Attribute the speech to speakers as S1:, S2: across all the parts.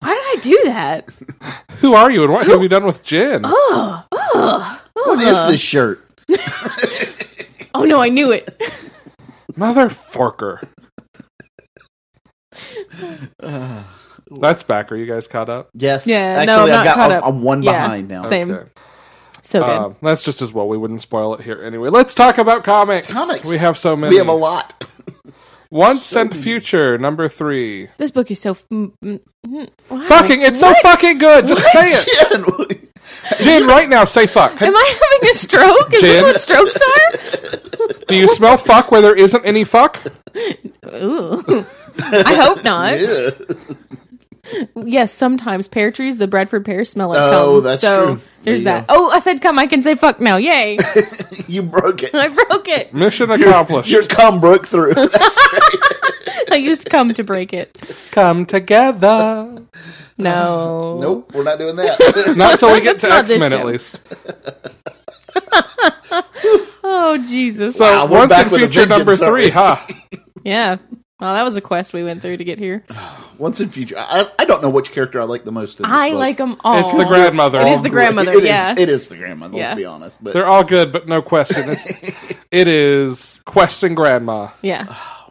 S1: Why did I do that?
S2: Who are you and what have you done with Jin?
S3: Oh.
S1: Ugh. Ugh.
S3: What is
S1: Uh-huh.
S3: this shirt?
S1: Oh no, I knew it.
S2: Motherforker. That's back. Are you guys caught up?
S3: Yes.
S1: Yeah, no,
S3: Actually,
S1: I'm
S3: I've
S1: not
S3: got,
S1: caught
S3: I'm,
S1: up.
S3: I'm one
S1: Yeah.
S3: behind now.
S1: Same. So good.
S2: Um, that's just as well. We wouldn't spoil it here anyway. Let's talk about comics.
S3: Comics.
S2: We have so many.
S3: We have a lot.
S2: Once and Future, number three.
S1: this book is so. F- mm, mm, mm. Why?
S2: Fucking, it's so fucking good. Just say
S3: Jen, what-
S2: it, Jin. Right now, say fuck.
S1: Am I having a stroke? Is
S2: Jen?
S1: this what strokes are?
S2: Do you smell fuck where there isn't any fuck?
S1: Ooh. I hope not. Yes, sometimes pear trees, the Bradford pears smell like
S3: Oh,
S1: cum.
S3: that's
S1: so
S3: true.
S1: there's
S3: There
S1: that.
S3: you
S1: Oh, I said cum. I can say fuck now. Yay.
S3: you broke it.
S1: I broke it.
S2: Mission accomplished.
S3: Your cum broke through.
S1: I used cum to break it.
S2: Come together.
S1: No.
S3: nope, we're not doing that.
S2: Not till we get
S1: That's
S2: to
S1: not
S2: X
S1: this
S2: Men at
S1: show.
S2: least.
S1: Oh, Jesus.
S2: So
S3: Wow, we're
S2: once
S3: back
S2: and
S3: with a
S2: Future, number
S3: vengeance,
S2: three. Huh.
S1: yeah. Well, that was a quest we went through to get here.
S3: Once in future, I, I don't know which character I like the most. In this
S1: I
S3: book.
S1: like them all.
S2: It's the grandmother.
S1: It is the grandmother,
S3: It is-
S1: yeah.
S3: it is the grandmother.
S1: Yeah.
S3: Let's be honest, but
S2: They're all good, but no question. It's, it is question grandma.
S1: yeah.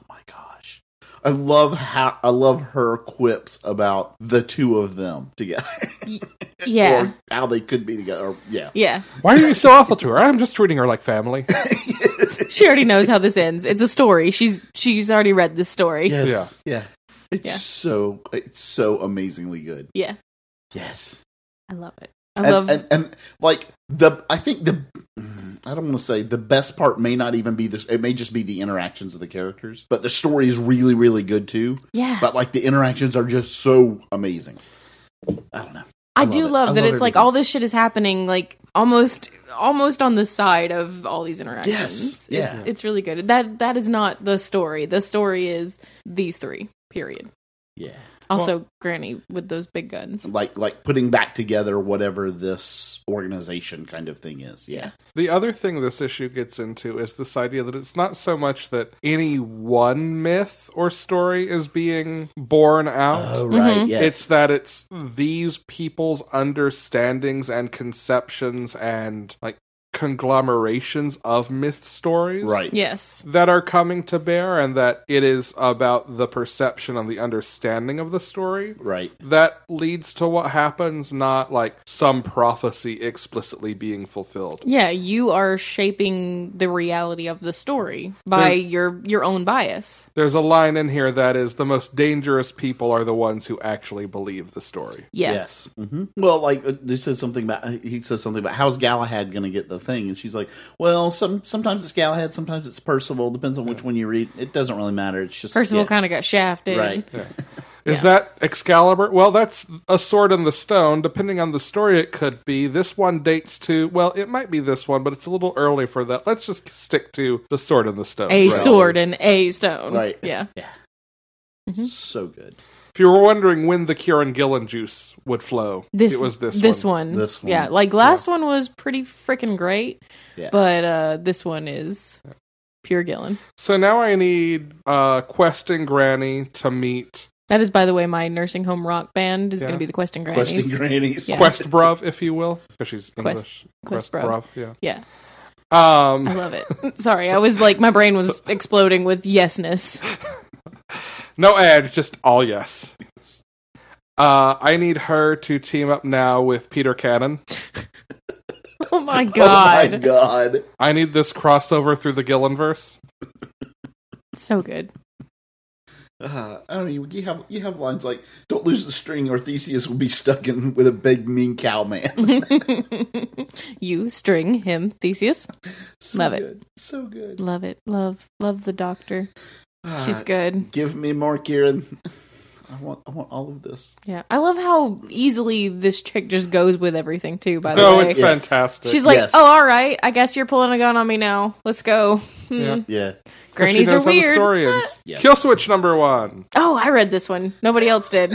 S3: my gosh. I love how I love her quips about the two of them together.
S1: Yeah.
S3: or how they could be together. Or, yeah.
S1: Yeah.
S2: Why are you so awful to her? I'm just treating her like family.
S1: She already knows how this ends. It's a story. She's she's already read this story.
S3: Yes. Yeah. It's
S1: Yeah.
S3: so it's so amazingly good.
S1: Yeah.
S3: Yes.
S1: I love it. I
S3: and,
S1: love
S3: and and like the I think the I don't want to say the best part may not even be this it may just be the interactions of the characters, but the story is really really good too.
S1: yeah.
S3: But like the interactions are just so amazing. I don't know.
S1: I,
S3: I
S1: do
S3: love it.
S1: love
S3: I
S1: that
S3: love
S1: it's like
S3: everything.
S1: all this shit is happening like almost almost on the side of all these interactions.
S3: Yes,
S1: It-
S3: yeah.
S1: it's really good. That that is not the story. The story is these three. Period.
S3: Yeah.
S1: Also Granny with those big guns.
S3: like like putting back together whatever this organization kind of thing is. Yeah.
S2: The other thing this issue gets into is this idea that it's not so much that any one myth or story is being borne
S1: Oh,
S2: out.
S3: Oh, right.
S1: Mm-hmm.
S3: Yes.
S2: It's that it's these people's understandings and conceptions and like conglomerations of myth stories.
S3: right.
S1: Yes.
S2: That are coming to bear, and that it is about the perception and the understanding of the story
S3: Right.
S2: that leads to what happens, not like some prophecy explicitly being fulfilled.
S1: Yeah, you are shaping the reality of the story by your your own bias.
S2: There's a line in here that is the most dangerous people are the ones who actually believe the story.
S1: Yeah.
S3: Yes. hmm Well, like uh, he says something about he says something about how's Galahad going to get the thing, and she's like, "Well, some sometimes it's Galahad, sometimes it's Percival. Depends on which one you read. It doesn't really matter. It's just
S1: Percival
S3: yeah.
S1: kind of got shafted.
S3: right.
S2: Yeah. Is
S1: Yeah.
S2: that Excalibur? Well, that's a sword in the stone. Depending on the story, it could be. This one dates to, well, it might be this one, but it's a little early for that. Let's just stick to the sword in the stone.
S1: A
S3: Right.
S1: sword and a stone.
S3: Right.
S1: Yeah. Mhm.
S3: So good.
S2: If you were wondering when the Kieran Gillen juice would flow,
S1: This
S2: it was this,
S1: this
S2: one.
S1: one.
S3: This one.
S1: Yeah. Like last one was pretty freaking great,
S3: Yeah.
S1: but uh this one is pure Gillen.
S2: So now I need uh, Quest and Granny to meet
S1: That is, by the way, my nursing home rock band is
S2: Yeah.
S1: going to be the Questing Grannies.
S3: Questing grannies.
S1: Yeah.
S2: Quest Bruv, if you will, because she's English.
S1: Quest
S2: Bruv,
S1: Bruv.
S2: yeah.
S1: yeah, I
S2: Um,
S1: love it. Sorry, I was like, my brain was exploding with yesness.
S2: no ad, just all yes. Uh, I need her to team up now with Peter Cannon.
S1: Oh my
S3: Oh
S1: god,
S3: my god.
S2: I need this crossover through the Gillenverse.
S1: so good.
S3: Uh, I don't know. You, you have you have lines like "Don't lose the string, or Theseus will be stuck in with a big mean cow man."
S1: you string him, Theseus.
S3: So
S1: Love it.
S3: good. So good.
S1: Love it. Love, love the doctor.
S3: Ah,
S2: Uh,
S1: She's good.
S3: Give me more, Kieran. I want I want all of this.
S1: Yeah, I love how easily this chick just goes with everything too. By the
S2: No,
S1: way,
S2: it's
S3: Yes.
S2: fantastic.
S1: she's like,
S3: Yes.
S1: oh, all right, I guess you're pulling a gun on me now. Let's go. Hmm.
S2: Yeah.
S3: Yeah.
S2: Because
S1: Grannies
S2: she knows
S1: are
S2: How the
S1: weird.
S2: story ends.
S3: Yeah.
S2: Kill switch number one.
S1: Oh, I read this one. Nobody else did.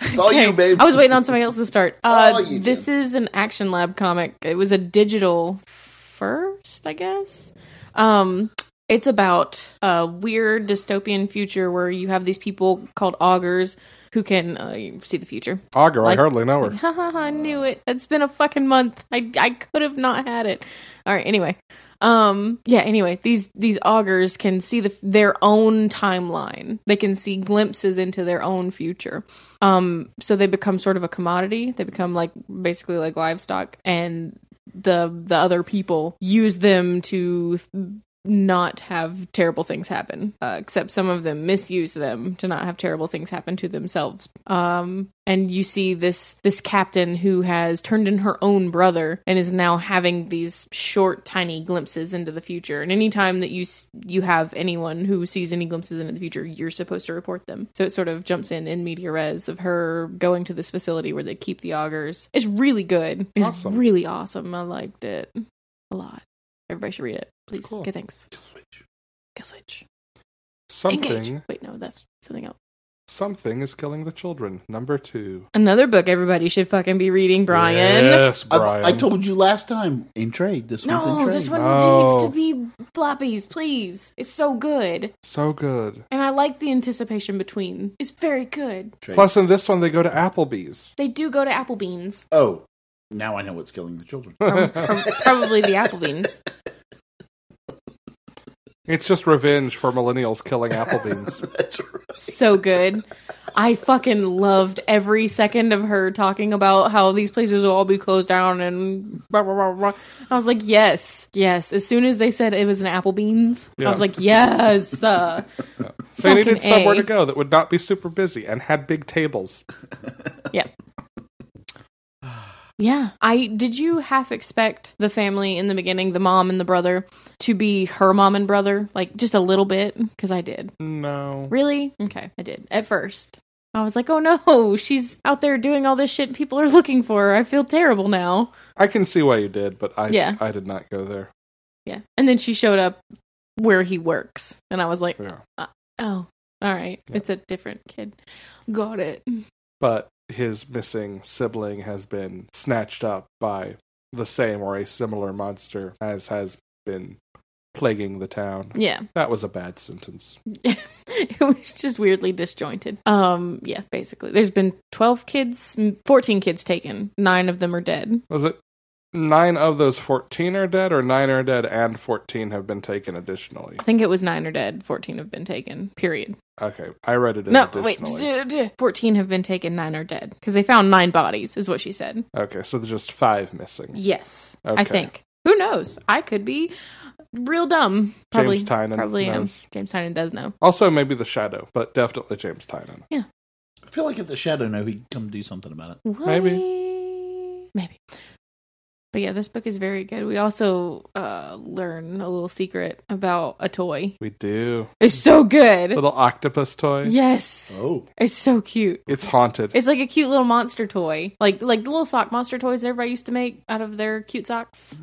S3: It's all Oh, you,
S1: Okay.
S3: babe.
S1: I was waiting on somebody else to start. Uh,
S3: All you,
S1: this is an Action Lab comic. It was a digital first, I guess. Um, it's about a weird dystopian future where you have these people called augurs who can uh, you see the future.
S2: Augur,
S1: Like-
S2: I hardly know her.
S1: Ha ha ha! I knew it. It's been a fucking month. I I could have not had it. All right. Anyway, um, yeah. Anyway, these these augurs can see the their own timeline. They can see glimpses into their own future. Um, so they become sort of a commodity. They become like basically like livestock, and the the other people use them to not have terrible things happen uh, except some of them misuse them to not have terrible things happen to themselves um and you see this this captain who has turned in her own brother and is now having these short tiny glimpses into the future and anytime that you s- you have anyone who sees any glimpses into the future you're supposed to report them so it sort of jumps in in media res of her going to this facility where they keep the augers it's really good it's
S2: Awesome.
S1: really awesome i liked it a lot everybody should read it please
S2: Cool.
S1: okay thanks
S3: Switch.
S1: Kill switch.
S2: Something.
S1: Engage. Wait, no, that's something else.
S2: Something is killing the children. Number two.
S1: Another book everybody should fucking be reading, Brian.
S2: Yes,
S3: I,
S2: Brian.
S3: I told you last time in trade. This one's in
S1: No,
S3: trade.
S1: this one
S2: No.
S1: needs to be floppies, please. It's so good.
S2: So good.
S1: And I like the anticipation between. It's very good.
S3: Trade.
S2: Plus, in this one, they go to Applebee's.
S1: They do go to Applebeans.
S3: oh, now I know what's killing the children.
S1: Or- or probably the Applebeans.
S2: It's just revenge for millennials killing Applebee's.
S3: That's right.
S1: So good. I fucking loved every second of her talking about how these places will all be closed down and blah, blah, blah, blah. I was like, yes, yes. As soon as they said it was an Applebeans, I was
S2: Yeah.
S1: like, yes. Uh,
S2: they needed
S1: Fucking A.
S2: somewhere to go that would not be super busy and had big tables.
S1: Yeah. Yeah. I did you half expect the family in the beginning, the mom and the brother, to be her mom and brother? Like just a little bit? Because I did.
S2: No.
S1: Really? Okay, I did. At first. I was like, oh no, she's out there doing all this shit and people are looking for her. I feel terrible now.
S2: I can see why you did, but I
S1: Yeah.
S2: I did not go there.
S1: Yeah. And then she showed up where he works. And I was like,
S2: Yeah.
S1: oh, all right.
S2: Yeah.
S1: It's a different kid. Got it.
S2: But his missing sibling has been snatched up by the same or a similar monster as has been plaguing the town.
S1: Yeah.
S2: That was a bad sentence.
S1: it was just weirdly disjointed. Um, yeah, basically, there's been 12 kids, 14 kids taken. Nine of them are dead.
S2: Was it nine of those 14 are dead, or nine are dead and 14 have been taken additionally?
S1: I think it was nine are dead. 14 have been taken. Period.
S2: Okay, I read it as
S1: No, wait.
S2: additionally.
S1: 14 have been taken. Nine are dead because they found nine bodies, is what she said.
S2: Okay, so there's just five missing.
S1: Yes, I
S2: Okay.
S1: think. Who knows? I could be real dumb. Probably,
S2: James Tynan
S1: probably am.
S2: knows.
S1: James Tynan does know.
S2: Also, maybe the shadow, but definitely James Tynan.
S3: I feel like if the shadow knew, he'd come do something about it.
S1: What?
S2: Maybe.
S1: Maybe. But yeah, this book is very good. We also uh, learn a little secret about a toy.
S2: We do.
S1: It's so good.
S2: Little octopus toy.
S1: Yes,
S3: Oh,
S1: it's so cute.
S2: It's haunted.
S1: It's like a cute little monster toy, like like the little sock monster toys that everybody used to make out of their cute socks.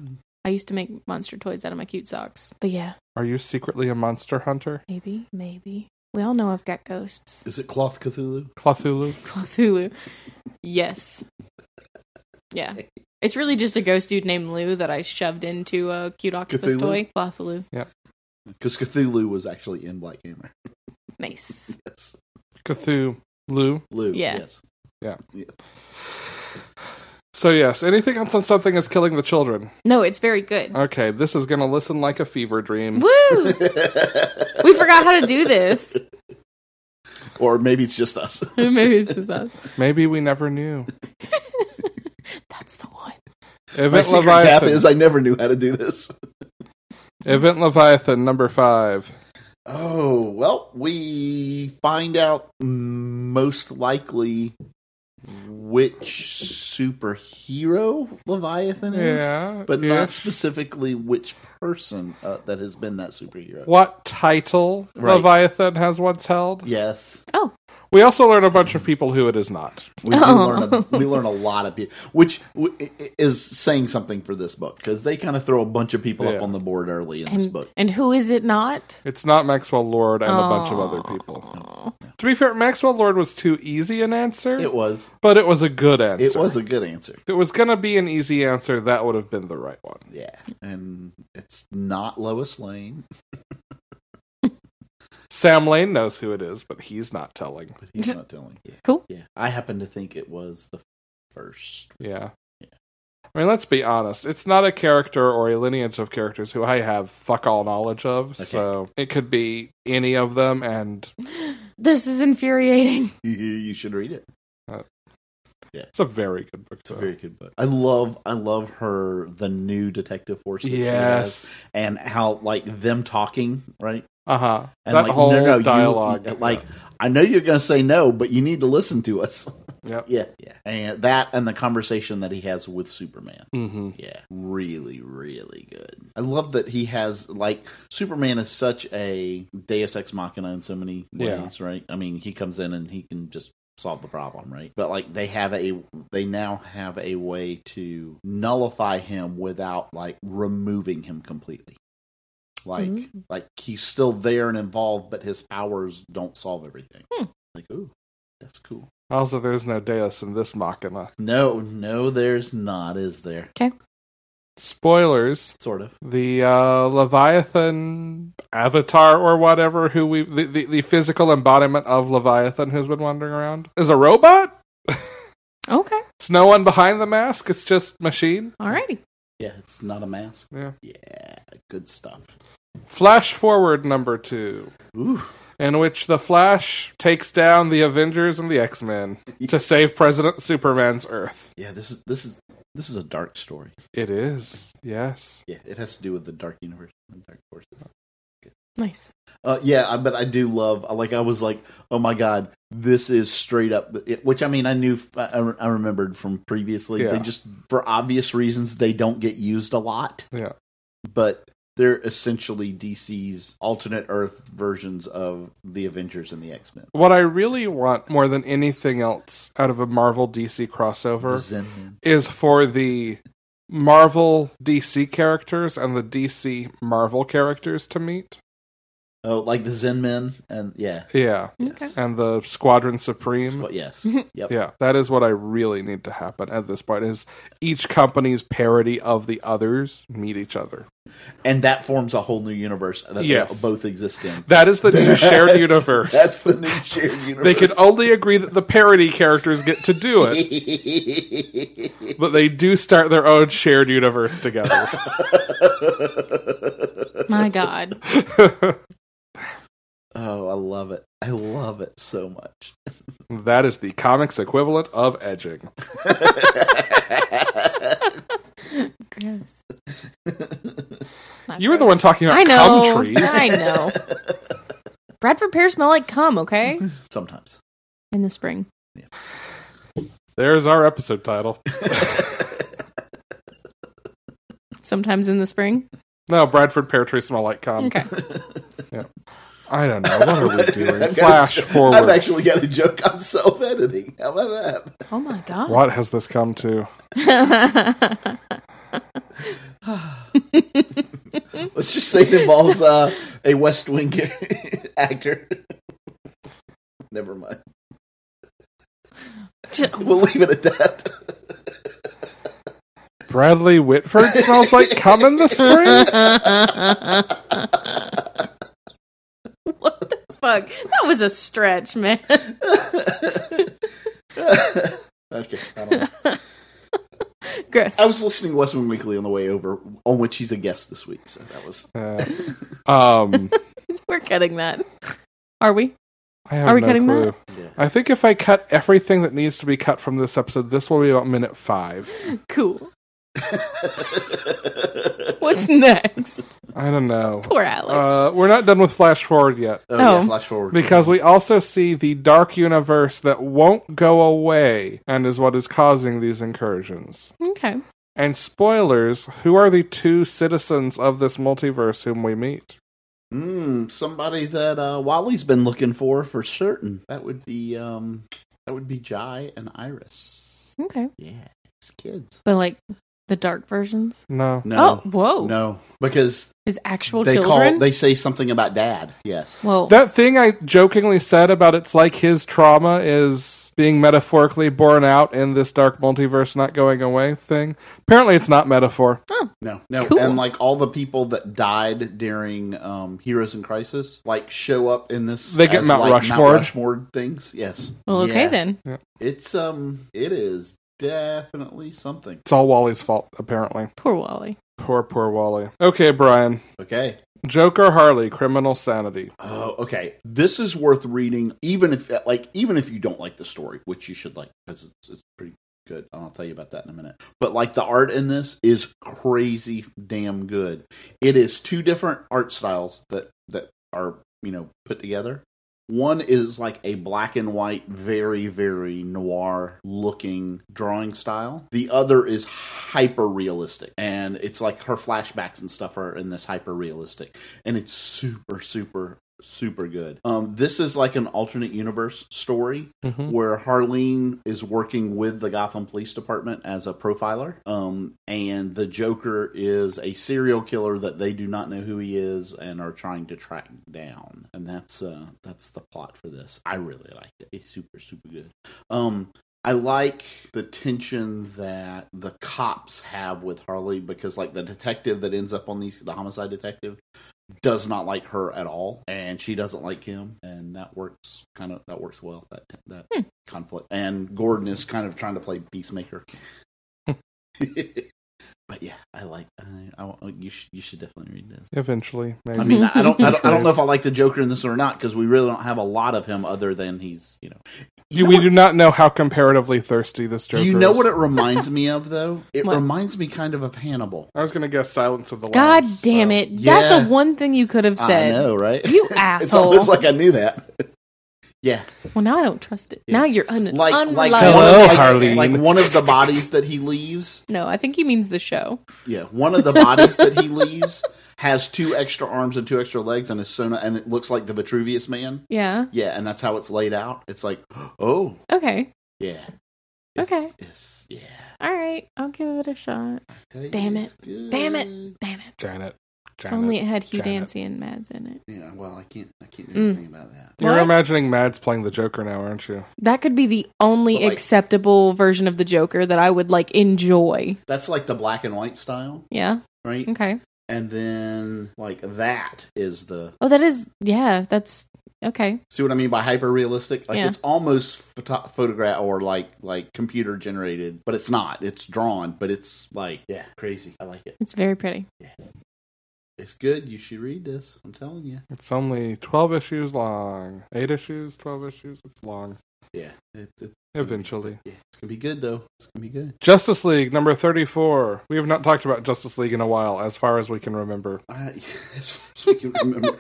S1: I used to make monster toys out of my cute socks. But yeah,
S2: Are you secretly a monster hunter?
S1: maybe, maybe we all know I've got ghosts.
S3: is it cloth Cthulhu?
S2: Cthulhu?
S1: Cthulhu. Yes. Yeah. It's really just a ghost dude named Lou that I shoved into a cute octopus
S3: Cthulhu?
S1: toy. Cthulhu.
S3: Because Cthulhu was actually in Black Hammer.
S1: Nice.
S3: Yes,
S2: Cthulhu.
S3: Lou.
S1: Yeah.
S3: Yes.
S2: So yes, anything else on something is killing the children.
S1: No, it's very good.
S2: Okay, this is gonna listen like a fever
S3: Um.
S2: dream.
S1: Woo! We forgot how to do this.
S3: or maybe it's just us.
S1: Maybe it's just us.
S2: Maybe we never knew.
S1: That's the one.
S3: My
S2: Event
S3: secret cap
S2: Leviathan.
S3: is I never knew how to do this.
S2: Event Leviathan number five.
S3: Oh, well, we find out most likely which superhero Leviathan is,
S2: Yeah.
S3: but not
S2: ish.
S3: specifically which person uh, that has been that superhero.
S2: what title
S3: Right.
S2: Leviathan has once held.
S3: Yes,
S2: We also learn a bunch of people who it is not.
S3: we, do
S1: Oh.
S3: learn a, we learn a lot of people, which w- i- i- is saying something for this book because they kind of throw a bunch of people
S2: Yeah.
S3: up on the board early in this
S1: And,
S3: book.
S1: and who is it not?
S2: It's not Maxwell Lord and a bunch of other people.
S1: people.
S2: To be fair, Maxwell Lord was too easy an answer,
S3: It was,
S2: but it was a good answer.
S3: it was a good answer.
S2: If it was going to be an easy answer, that would have been the right one.
S3: Yeah, and it's not Lois Lane.
S2: Sam Lane knows who it is, but he's not telling.
S3: but he's not telling. Yeah.
S1: Cool.
S3: Yeah, I happen to think it was the first.
S2: Yeah. I mean, let's be honest. It's not a character or a lineage of characters who I have fuck all knowledge of,
S3: Okay.
S2: so it could be any of them, and
S1: This is infuriating.
S3: you should read it.
S2: it's a very good book.
S3: It's a
S2: though.
S3: very good book. I love, I love her the new detective force. That she has,
S2: yes.
S3: and how like them talking right.
S2: Uh huh.
S3: And
S2: That
S3: like
S2: whole
S3: no, no, you-
S2: dialogue.
S3: like I know you're going to say no, but you need to listen to us.
S2: Yep.
S3: yeah, yeah. And that and the conversation that he has with Superman.
S2: Mm-hmm.
S3: Yeah, really, really good. I love that he has like Superman is such a Deus Ex Machina in so many
S2: Yeah.
S3: ways, right? I mean, he comes in and he can just solve the problem, right? But like they have a they now have a way to nullify him without like removing him completely. Like
S1: Mhm.
S3: like he's still there and involved, but his powers don't solve everything.
S1: Hmm.
S3: Like, ooh, that's cool.
S2: Also, there's no Deus in this machina.
S3: No, no, there's not, is there?
S2: Spoilers.
S3: Sort of.
S2: the uh, Leviathan avatar or whatever who we the, the, the physical embodiment of Leviathan who's been wandering around is a robot.
S1: Okay.
S2: It's no one behind the mask. It's just machine.
S1: Alrighty.
S3: Yeah, it's not a mask.
S2: Yeah.
S3: Yeah, good stuff.
S2: Flash forward number two,
S3: Ooh,
S2: in which the Flash takes down the Avengers and the X Men to save President Superman's Earth.
S3: yeah. This is this is this is a dark story.
S2: It is yes.
S3: Yeah, it has to do with the dark universe and dark forces.
S1: Nice.
S3: Uh, yeah, I, but I do love. Like I was like, oh my god, this is straight up. It, which I mean, I knew, I, I remembered from previously.
S2: Yeah.
S3: They just for obvious reasons they don't get used a lot.
S2: Yeah.
S3: but they're essentially DC's alternate Earth versions of the Avengers and the X Men.
S2: What I really want more than anything else out of a Marvel DC crossover
S3: Zen Man.
S2: is for the Marvel DC characters and the DC Marvel characters to meet.
S3: Oh, like the Zen Men, and yeah,
S2: Yeah.
S1: Okay.
S2: And the Squadron Supreme.
S3: Well, yes, yep.
S2: Mm-hmm. Yeah, that is what I really need to happen at this point is each company's parody of the others meet each other.
S3: and that forms a whole new universe that
S2: Yes.
S3: they both exist in.
S2: That is the new shared
S3: That's-
S2: universe.
S3: That's the new shared universe.
S2: they can only agree that the parody characters get to do it, but they do start their own shared universe together.
S1: My God.
S3: oh, I love it. I love it so much.
S2: that is the comics equivalent of edging.
S1: Gross. It's not
S2: You were the
S1: gross.
S2: one talking about
S1: I know.
S2: cum trees.
S1: I know. Bradford pears smell like cum, okay?
S3: Sometimes.
S1: In the spring.
S2: There's our episode title.
S1: sometimes in the spring?
S2: No, Bradford Pear Tree Smell Like Cum.
S1: Okay.
S2: I don't know. What are we doing?
S3: I've got-
S2: Flash
S3: I've
S2: forward.
S3: actually got a joke. I'm self editing. How about that?
S1: Oh my god.
S2: What has this come to?
S3: Let's just say it involves uh, a West Wing actor. Never mind. We'll leave it at that.
S2: Bradley Whitford smells like cum in the spring?
S1: what the fuck? That was a stretch, man.
S3: okay. I, don't know.
S1: Gross.
S2: Oh.
S3: I was listening to West Wing Weekly on the way over, on which he's a guest this week. So that was.
S2: Uh, um,
S1: We're cutting that. Are we?
S2: I have
S1: Are we
S2: no
S1: cutting
S2: clue.
S1: that?
S3: Yeah.
S2: I think if I cut everything that needs to be cut from this episode, this will be about minute five.
S1: Cool. What's next?
S2: I don't know.
S1: Poor Alex.
S2: Uh, we're not done with flash forward yet
S3: Oh, yeah,
S1: Oh.
S3: flash forward.
S2: because we also see the dark universe that won't go away and is what is causing these incursions.
S1: okay.
S2: And spoilers, who are the two citizens of this multiverse whom we meet?
S3: Mm, somebody that uh, Wally's been looking for for certain. That would be um, that would be Jai and Iris.
S1: Okay.
S3: Yeah, it's kids.
S1: But like the dark versions.
S2: No.
S3: No,
S1: Oh, whoa.
S3: no, because
S1: His actual
S3: they
S1: children.
S3: call they say something about dad. Yes,
S1: well,
S2: That thing I jokingly said about it's like his trauma is being metaphorically borne out in this dark multiverse not going away thing. Apparently it's not metaphor.
S3: no, no,
S1: Cool.
S3: and like all the people that died during um, Heroes in Crisis, like show up in this.
S2: They get
S3: as,
S2: Mount
S3: like,
S2: Rushmore.
S3: Rushmore things. Yes.
S1: well okay
S3: Yeah.
S1: then.
S3: It's um, it is definitely something.
S2: It's all Wally's fault, apparently.
S1: Poor Wally.
S2: Poor, poor Wally. Okay, Brian.
S3: Okay.
S2: Joker Harley, criminal sanity.
S3: Oh, okay. This is worth reading, even if like even if you don't like the story, which you should like because it's, it's pretty good. And I'll tell you about that in a minute. But like the art in this is crazy damn good. It is two different art styles that that are you know put together. One is like a black and white, very very noir looking drawing style. The other is hyper realistic, and it's like her flashbacks and stuff are in this hyper realistic and it's super super super good um this is like an alternate universe story
S2: Mm-hmm.
S3: where harlene is working with the gotham police department as a profiler um and the joker is a serial killer that they do not know who he is and are trying to track down and that's uh that's the plot for this i really liked it it's super super good um I like the tension that the cops have with Harley because, like, the detective that ends up on these, the homicide detective, does not like her at all, and she doesn't like him, and that works kind of that works well that that
S1: Hmm.
S3: conflict. And Gordon is kind of trying to play peacemaker. but yeah, I like. I, I you should you should definitely read this.
S2: Eventually, maybe.
S3: I mean, I don't, I don't, I don't know if I like the Joker in this or not because we really don't have a lot of him other than he's, you know.
S2: You- we do not know how comparatively thirsty this Joker
S3: Do
S2: is.
S3: you know what it reminds me of though? It
S1: What?
S3: reminds me kind of of Hannibal.
S2: I was going to guess Silence of the
S1: God
S2: Lambs.
S1: damn
S2: so-
S1: it. That's
S3: Yeah.
S1: the one thing you could have
S3: I
S1: said.
S3: know, right?
S1: You
S3: it's
S1: asshole.
S3: almost like I knew that. yeah,
S1: well, now I don't trust it.
S3: Yeah.
S1: Now you're un-
S3: like like,
S1: unreliable.
S3: one
S2: Hello,
S3: of, like,
S2: Harleen.
S3: like one of the bodies that he leaves.
S1: No, I think he means the show.
S3: Yeah, one of the bodies that he leaves has two extra arms and two extra legs and is sewn and it looks like the Vitruvius man.
S1: Yeah.
S3: Yeah, and that's how it's laid out. It's like, oh
S1: Okay.
S3: yeah,
S1: Okay.
S3: It's, yeah.
S1: All right. I'll give it a shot. Damn it. Damn it. Damn it.
S2: Damn it.
S1: If
S2: Damn
S1: only
S2: it.
S1: it had Hugh
S2: Janet.
S1: Dancy and Mads in it.
S3: Yeah, well, I can't. I can't do
S1: Mm.
S3: anything about that.
S2: You're
S1: What?
S2: imagining Mads playing the Joker now, aren't you?
S1: That could be the only
S3: But, like-
S1: acceptable version of the Joker that I would like enjoy.
S3: That's like the black and white style,
S1: Yeah.
S3: right?
S1: Okay.
S3: And then like that is the
S1: Oh, that is. Yeah. That's okay.
S3: See what I mean by hyper realistic? Like
S1: Yeah.
S3: it's almost photo- photograph or like like computer generated, but it's not. It's drawn, but it's like yeah, crazy. I like it.
S1: It's very pretty.
S3: It's good. You should read this. I'm telling you.
S2: It's only 12 issues long. 8 issues, 12 issues. It's long.
S3: Yeah, it, it,
S2: Eventually.
S3: yeah. It's gonna be good though. It's gonna be good.
S2: Justice League number 34. We have not talked about Justice League in a while, as far as we can remember.
S3: I as far as we can remember,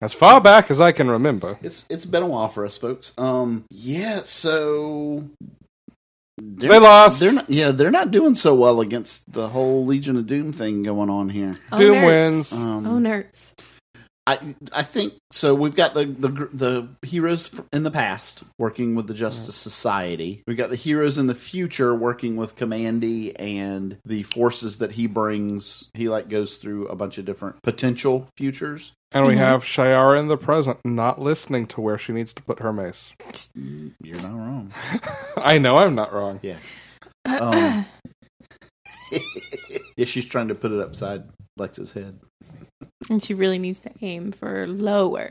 S2: As far back as I can remember.
S3: it's it's been a while for us folks. Um, yeah. So They're,
S2: They lost.
S3: They're not, yeah, they're not doing so well against the whole Legion of Doom thing going on here.
S1: Oh,
S2: Doom
S1: nerds.
S2: wins.
S3: Um,
S1: Oh, nerds.
S3: I I think so. We've got the the gr- the heroes f- in the past working with the Justice Society. We've got the heroes in the future working with Commandy and the forces that he brings. He like goes through a bunch of different potential futures.
S2: and we
S1: Mhm.
S2: have Shiara in the present, not listening to where she needs to put her mace.
S3: Mm, You're not wrong.
S2: I know I'm not wrong.
S3: Um, yeah, she's trying to put it upside Lex's head.
S1: and she really needs to aim for lower.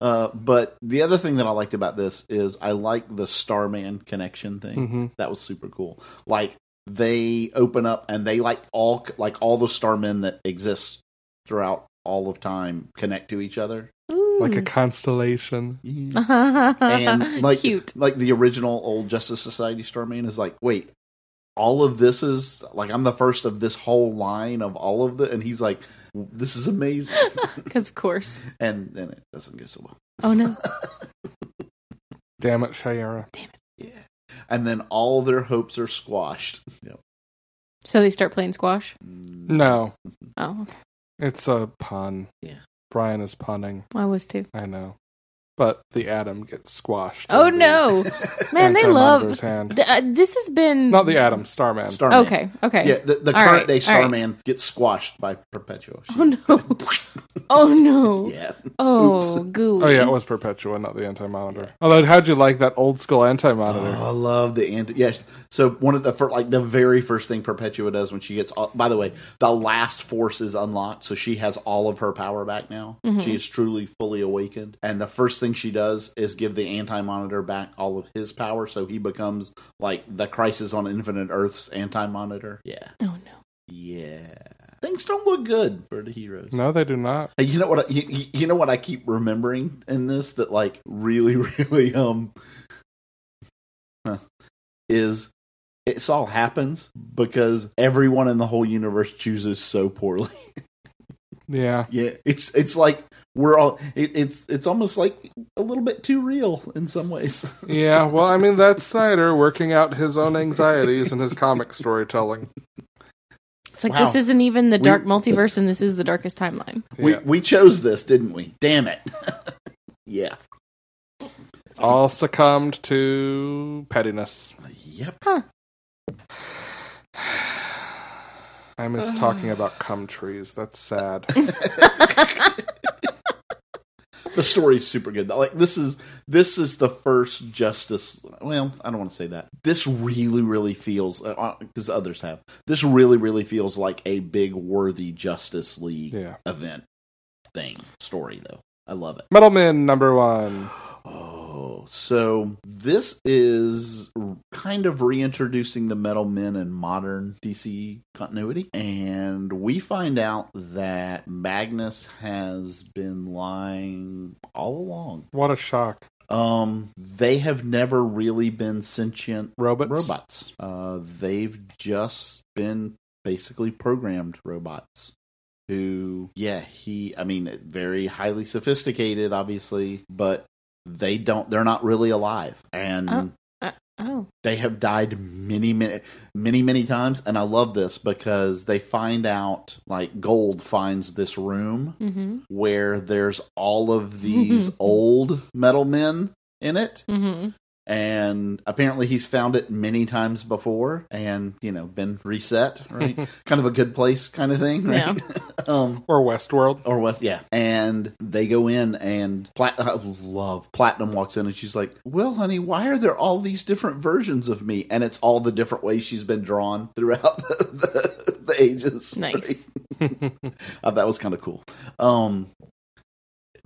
S3: Uh, but the other thing that I liked about this is I like the Starman connection thing.
S2: hmm
S3: That was super cool. Like they open up and they like all like all the starmen that exist throughout all of time connect to each other.
S2: Like a
S1: Hmm.
S2: constellation.
S3: Yeah.
S1: and
S3: and like
S1: cute.
S3: like the original old Justice Society Starman is like, wait, all of this is like I'm the first of this whole line of all of the, and he's like, this is amazing,
S1: Because of course.
S3: and then it doesn't go so well.
S1: Oh no.
S2: Damn it, Shiara.
S3: Yeah, and then all their hopes are squashed. Yep. Mm.
S1: So they start playing squash.
S2: No,
S1: Oh, okay.
S2: it's a pun.
S3: Yeah.
S2: Brian is punning.
S1: I was too.
S2: I know. But the atom gets squashed.
S1: Oh
S2: in the
S1: no, man! They
S2: Antimonder's
S1: love.
S2: Hand.
S1: Th- uh, this has been
S2: Not the atom, Starman.
S3: Starman.
S1: Okay. Okay.
S3: Yeah, the, the
S1: All
S3: current
S1: right,
S3: day
S1: all right.
S3: Starman gets squashed by Perpetua. She-
S1: Oh no. Oh no.
S3: yeah.
S1: Oh goo.
S2: Oh yeah, it was Perpetua, not the Anti-Monitor. Although, how'd you like that old school Anti-Monitor?
S3: Oh, I love the anti. Yes. So one of the first, like the very first thing Perpetua does when she gets. All, by the way, the last force is unlocked, so she has all of her power back now.
S1: Mhm.
S3: She is truly fully awakened, and the first thing she does is give the anti monitor back all of his power, so he becomes like the Crisis on Infinite Earth's anti monitor. Yeah.
S1: Oh no.
S3: Yeah. Things don't look good for the heroes.
S2: No, they do not.
S3: Hey, You know what? I, you, you- you know what I keep remembering in this that like really, really um huh, is it's all happens because everyone in the whole universe chooses so poorly.
S2: Yeah.
S3: yeah, it's it's like we're all it, it's it's almost like a little bit too real in some ways.
S2: Yeah, well, I mean, that's Snyder working out his own anxieties in his comic storytelling.
S1: It's like
S3: Wow.
S1: this isn't even the
S3: We-
S1: dark multiverse, and this is the darkest timeline.
S3: We
S2: Yeah.
S3: we chose this, didn't we? Damn it! yeah.
S2: All succumbed to pettiness.
S3: Yep.
S2: I miss talking about cum trees. That's sad.
S3: the story's super good. Like this is this is the first Justice. Well, I don't want to say that. This really, really feels because others have. This really, really feels like a big worthy Justice League
S2: Yeah.
S3: event thing story, though. I love it.
S2: Metal Man number one.
S3: Oh, so this is kind of reintroducing the Metal Men in modern DC continuity. And we find out that Magnus has been lying all along.
S2: What a shock.
S3: Um, they have never really been sentient
S2: Robots.
S3: robots. Uh, they've just been basically programmed robots. Who, yeah, he. I mean, very highly sophisticated, obviously, but they don't. They're not really alive, and
S1: Oh. Oh,
S3: they have died many many many many times and i love this because they find out like gold finds this room
S1: mm-hmm,
S3: where there's all of these old metal men in it
S1: mm-hmm.
S3: and apparently he's found it many times before and you know been reset right kind of a good place kind of thing right um
S2: Or Westworld.
S3: or West, yeah. And they go in, and Plat- I love Platinum walks in, and she's like, "Well, honey, why are there all these different versions of me?" And it's all the different ways she's been drawn throughout the, the, the ages.
S1: Nice.
S3: Uh, that was kind of cool. Um,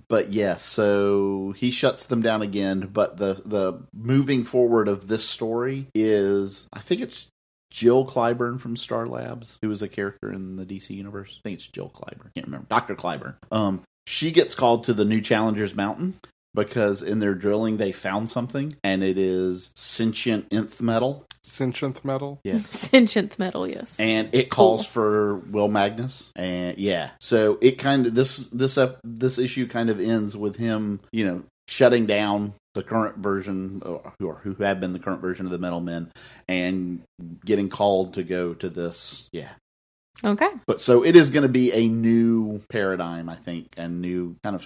S3: but yeah, so he shuts them down again. But the the moving forward of this story is, I think it's Jill Clyburn from Star Labs, who is a character in the DC universe. I think it's Jill Clyburn. Can't remember. Doctor Clyburn. Um, she gets called to the New Challengers Mountain because in their drilling they found something, and it is sentient nth metal.
S2: Sentient metal.
S3: Yes.
S1: Sentient metal, yes.
S3: and it calls for Will Magnus, and yeah, so it kind of this this up this issue kind of ends with him, you know, shutting down the current version, or who, are, who have been the current version of the Metal Men, and getting called to go to this. Yeah,
S1: Okay.
S3: but so it is going to be a new paradigm, I think, and new kind of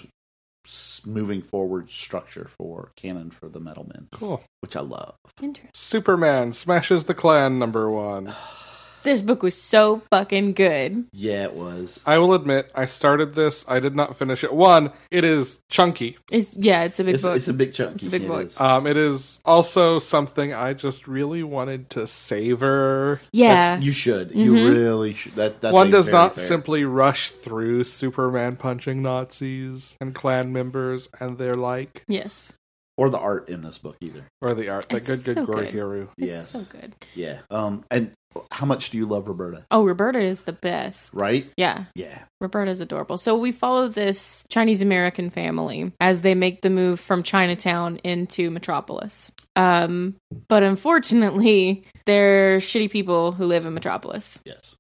S3: s- moving forward structure for canon for the Metal Men,
S2: Cool.
S3: which I love.
S1: Interesting.
S2: Superman smashes the clan number one.
S1: This book was so fucking good.
S3: Yeah, it was.
S2: I will admit, I started this. I did not finish it. One, it is chunky.
S1: It's yeah, it's a big
S3: It's,
S1: book.
S3: it's a big chunk.
S1: It's a big book.
S2: Um, it is also something I just really wanted to savor.
S1: yeah.
S3: you should. You
S1: Mhm.
S3: really should. That that's
S2: One
S3: a
S2: does
S3: very
S2: not
S3: fair-
S2: simply rush through Superman punching Nazis and clan members and their like,
S1: yes.
S3: or the art in this book either.
S2: or the art. The
S1: It's
S2: good, good
S1: so
S2: Gory
S1: good.
S2: Hero.
S1: It's
S3: Yes.
S1: so good.
S3: Yeah. Um. And how much do you love Roberta?
S1: Oh, Roberta is the best.
S3: Right.
S1: Yeah,
S3: Yeah.
S1: Roberta's adorable. So we follow this Chinese American family as they make the move from Chinatown into Metropolis. Um, but unfortunately, they're shitty people who live in Metropolis.
S3: Yes.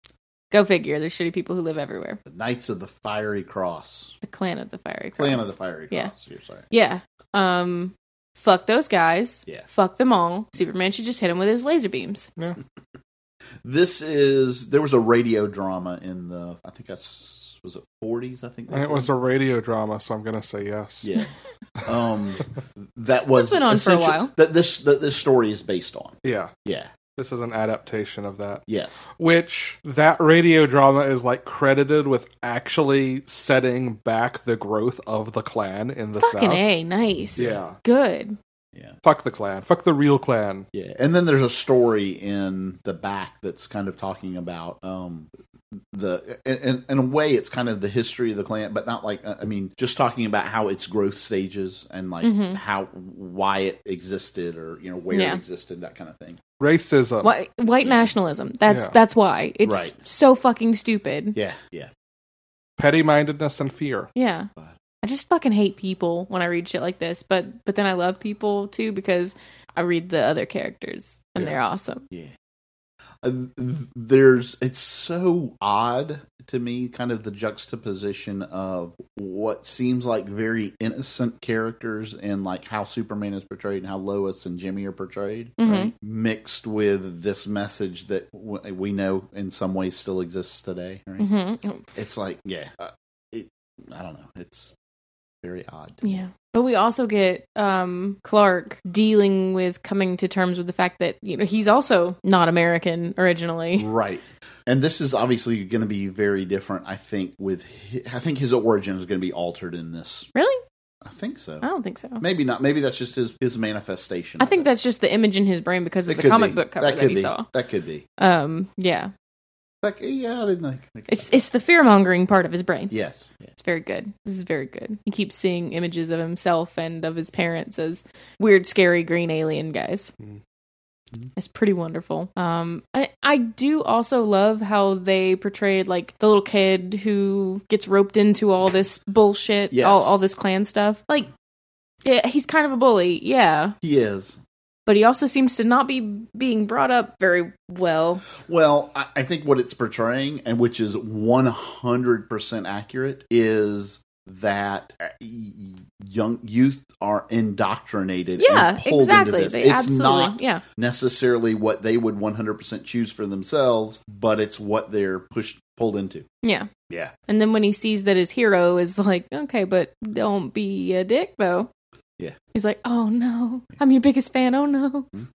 S1: Go figure. There's shitty people who live everywhere.
S3: The Knights of the Fiery Cross.
S1: The Clan of the Fiery Cross.
S3: Clan of the Fiery
S1: Yeah.
S3: Cross. You're sorry.
S1: Yeah. Um fuck those guys.
S3: Yeah.
S1: Fuck them all. Superman should just hit him with his laser beams.
S3: This is there was a radio drama in the I think I s- was it 40s I think
S2: And it was a radio drama, so I'm going to say yes.
S3: yeah um that was
S1: It's been on for a
S3: essential-
S1: while.
S3: that this that this story is based on
S2: Yeah.
S3: yeah
S2: This is an adaptation of that.
S3: yes
S2: Which that radio drama is like credited with actually setting back the growth of the clan in the
S1: Fucking
S2: South.
S1: A, nice.
S2: Yeah.
S1: Good.
S3: yeah
S2: Fuck the clan. Fuck the real clan.
S3: yeah and then there's a story in the back that's kind of talking about um the in- in, in a way it's kind of the history of the clan but not like uh, i mean just talking about how its growth stages and like
S1: Mhm.
S3: how why it existed or you know where
S1: Yeah.
S3: it existed that kind of thing
S2: Racism.
S1: White, white nationalism. That's
S2: Yeah.
S1: that's why. It's
S3: Um, Right.
S1: so fucking stupid.
S3: yeah yeah
S2: Petty mindedness and fear.
S1: Yeah.
S3: But-
S1: I just fucking hate people when I read shit like this, but but then I love people too because I read the other characters and
S2: Yeah.
S1: they're awesome.
S3: Yeah. Uh, th- There's it's so odd to me, kind of the juxtaposition of what seems like very innocent characters and like how Superman is portrayed and how Lois and Jimmy are portrayed,
S1: Mhm.
S3: right? mixed with this message that w- we know in some ways still exists today. Right?
S1: hmm
S3: It's like, yeah, uh, it, I don't know, it's very odd.
S1: Yeah. But we also get um, Clark dealing with coming to terms with the fact that you know he's also not American originally.
S3: right and this is obviously going to be very different i think with hi- i think his origin is going to be altered in this
S1: Really?
S3: i think so
S1: I don't think so.
S3: maybe not maybe that's just his his manifestation
S1: I
S3: of
S1: think
S3: it.
S1: that's just the image in his brain because
S3: It
S1: of the
S3: could
S1: comic
S3: be.
S1: book cover that,
S3: could
S1: he
S3: be.
S1: saw.
S3: that could be
S1: Um, yeah,
S3: that, could- yeah i didn't think, think
S1: it's it's the fear mongering part of his brain.
S3: yes
S1: It's very good. This is very good. He keeps seeing images of himself and of his parents as weird, scary green alien guys.
S2: Mm.
S1: It's pretty wonderful. Um, I, I do also love how they portrayed like the little kid who gets roped into all this bullshit,
S3: Yes.
S1: all all this clan stuff. Like, yeah, he's kind of a bully, yeah,
S3: he is
S1: but he also seems to not be being brought up very well.
S3: well I, I think what it's portraying and which is 100% accurate is that uh, y- young youth are indoctrinated
S1: Yeah,
S3: and pulled
S1: exactly.
S3: into this
S1: They
S3: it's
S1: absolutely,
S3: not
S1: yeah.
S3: necessarily what they would 100% choose for themselves, but it's what they're pushed pulled into.
S1: Yeah.
S3: Yeah.
S1: And then when he sees that his hero is like, okay, but don't be a dick though.
S3: Yeah.
S1: He's like, oh no, I'm your biggest fan. Oh no.
S2: Mm-hmm.
S3: Mhm.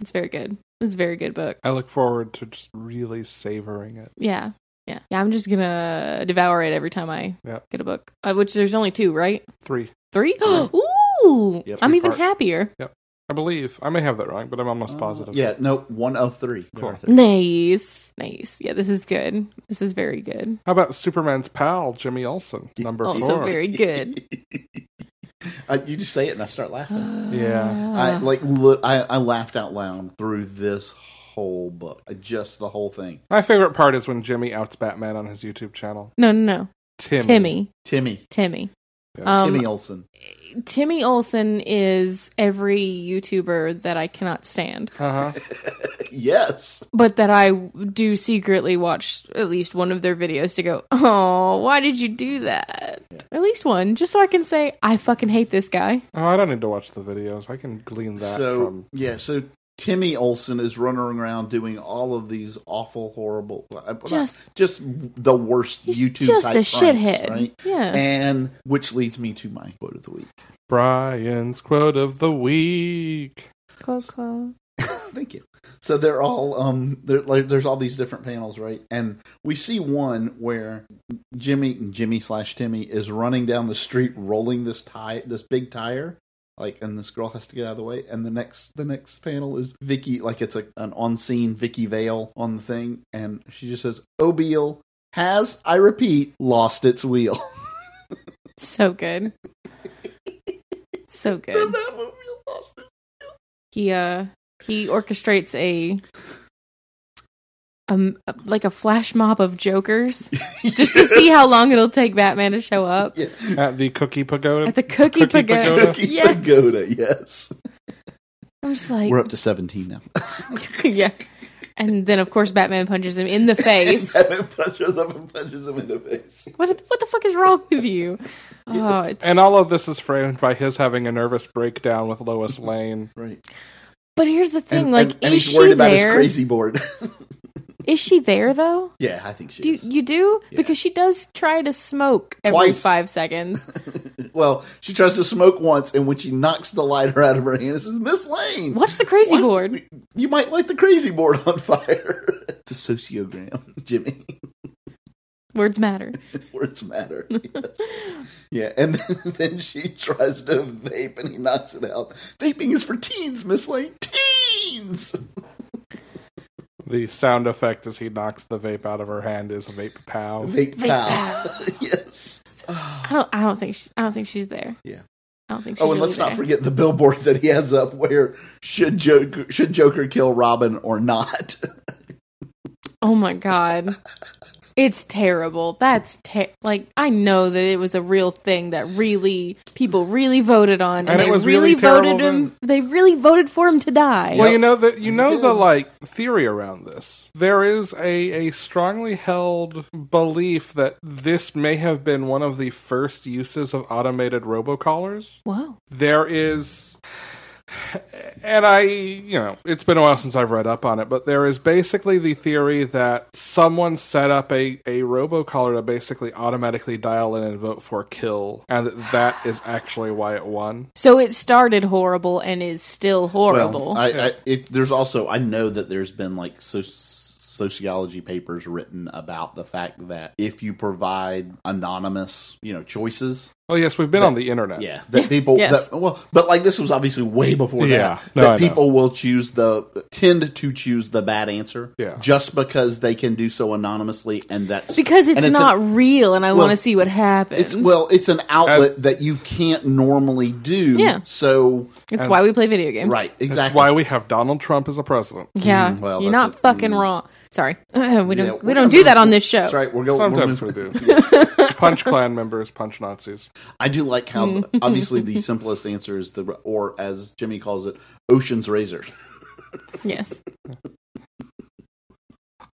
S1: It's very good. It's a very good book.
S2: I look forward to just really savoring it.
S1: Yeah. Yeah. Yeah. I'm just going to devour it every time I
S2: Yep.
S1: get a book, uh, which there's only two, right?
S2: Three,
S1: Three? Ooh.
S3: Yep.
S1: I'm
S2: Three
S1: even
S2: part.
S1: happier.
S2: I believe. I may have that wrong, but I'm almost
S3: Uh,
S2: positive.
S3: yeah, no, one of three. There are
S2: Cool.
S3: three.
S1: Nice. Nice. Yeah. This is good. This is very good.
S2: How about Superman's pal, Jimmy Olsen, number
S1: Also
S2: four?
S1: Oh, very good.
S3: Uh, you just say it and I start laughing.
S2: Yeah.
S3: I like look, I, I laughed out loud through this whole book, Uh, just the whole thing.
S2: My favorite part is when Jimmy outs Batman on his YouTube channel.
S1: no, no, no.
S2: Timmy.
S1: Timmy.
S3: Timmy,
S1: Timmy. Um,
S3: Timmy Olsen.
S1: Timmy Olsen is every YouTuber that I cannot stand,
S2: Uh huh.
S3: yes.
S1: but that I do secretly watch at least one of their videos to go, oh, why did you do that?
S3: Yeah.
S1: At least one, just so I can say, I fucking hate this guy.
S2: Oh, I don't need to watch the videos. I can glean that
S3: so
S2: from.
S3: yeah, so Timmy Olsen is running around doing all of these awful, horrible, uh,
S1: Just-
S3: just the worst
S1: He's
S3: YouTube
S1: just
S3: type
S1: a
S3: pranks,
S1: shithead.
S3: right?
S1: Yeah.
S3: And which leads me to my quote of the week.
S2: Brian's quote of the week.
S1: Quote, quote.
S3: Thank you. So they're all um, they're, like, there's all these different panels, right? And we see one where Jimmy Jimmy slash Timmy is running down the street, rolling this tire, this big tire, like, and this girl has to get out of the way. And the next the next panel is Vicky, like it's a, an on scene Vicky Vale on the thing, and she just says, "Obeal has, I repeat, lost its wheel."
S1: So good. so
S3: And
S1: good.
S3: that wheel lost it.
S1: He, uh, he orchestrates a. Um, like a flash mob of jokers just to see how long it'll take Batman to show up.
S3: Yeah.
S2: At the Cookie Pagoda.
S1: At the cookie,
S2: Cookie
S1: pagoda.
S2: pagoda.
S1: Yes.
S3: Pagoda, yes.
S1: I'm just like,
S3: We're up to seventeen now.
S1: yeah. And then, of course, Batman punches him in the face.
S3: And Batman punches up and punches him in the face.
S1: what, the- what the fuck is wrong with you? Oh,
S3: Yes.
S1: it's,
S2: and all of this is framed by his having a nervous breakdown with Lois Lane.
S3: Right.
S1: but here's the thing:
S3: And,
S1: like,
S3: and- and
S1: is
S3: he's
S1: she
S3: worried about his
S1: there?
S3: crazy board.
S1: Is she there though?
S3: yeah, I think she
S1: Do you,
S3: is.
S1: you do
S3: Yeah.
S1: because she does try to smoke every
S3: Twice.
S1: five seconds.
S3: well, she tries to smoke once, and when she knocks the lighter out of her hand, it says, Miss Lane,
S1: Watch the crazy
S3: What?
S1: board.
S3: you might light the crazy board on fire. it's a sociogram, Jimmy.
S1: Words matter.
S3: Words matter. Yes. yeah, and then, then she tries to vape, and he knocks it out. Vaping is for teens, Miss Lane. Teens!
S2: The sound effect as he knocks the vape out of her hand is vape pow.
S3: Vape,
S1: Vape
S3: pal. yes.
S1: I don't. I don't think. She, I don't think she's there.
S3: Yeah.
S1: I don't think. She's
S3: Oh, and let's
S1: really
S3: not
S1: there.
S3: forget the billboard that he has up where should Joker should Joker kill Robin or not?
S1: Oh my god. It's terrible. That's ter- like I know that it was a real thing that really people really voted on, and,
S2: And it
S1: they
S2: was
S1: really,
S2: really
S1: voted
S2: terrible
S1: him. They really voted for him to die.
S2: Well, you know that you know the like theory around this. There is a a strongly held belief that this may have been one of the first uses of automated robocallers.
S1: Wow.
S2: there is and i you know it's been a while since i've read up on it but there is basically the theory that someone set up a, a robocaller to basically automatically dial in and vote for kill and that, that is actually why it won
S1: So it started horrible and is still horrible.
S3: Well, I, I, it, there's also I know that there's been like so, sociology papers written about the fact that if you provide anonymous, you know, choices,
S2: oh yes we've been on the internet
S3: yeah, that people
S1: Yes.
S3: that, well, but like this was obviously way before
S2: Yeah.
S3: that.
S2: No,
S3: that
S2: I know.
S3: people will choose the tend to choose the bad answer,
S2: Yeah.
S3: just because they can do so anonymously, and that's
S1: because it's,
S3: and it's
S1: not real, and I
S3: well,
S1: want to see what happens.
S3: It's well, it's an outlet that you can't normally do.
S1: Yeah.
S3: So
S1: It's why we play video games.
S3: right, exactly.
S2: that's why we have donald trump as a president
S1: Yeah.
S3: Mm, well,
S1: You're
S3: that's
S1: not
S3: a-
S1: fucking wrong. Sorry. we don't.
S3: Yeah, mm-hmm.
S1: we
S3: we're
S1: don't
S3: not-
S1: do that on this show.
S3: That's right. We're going.
S2: sometimes
S3: we're
S2: we
S3: moving-
S2: do punch clan members punch nazis
S3: I do like how the- obviously the simplest answer is the or as Jimmy calls it, Ocean's Razor.
S1: Yes.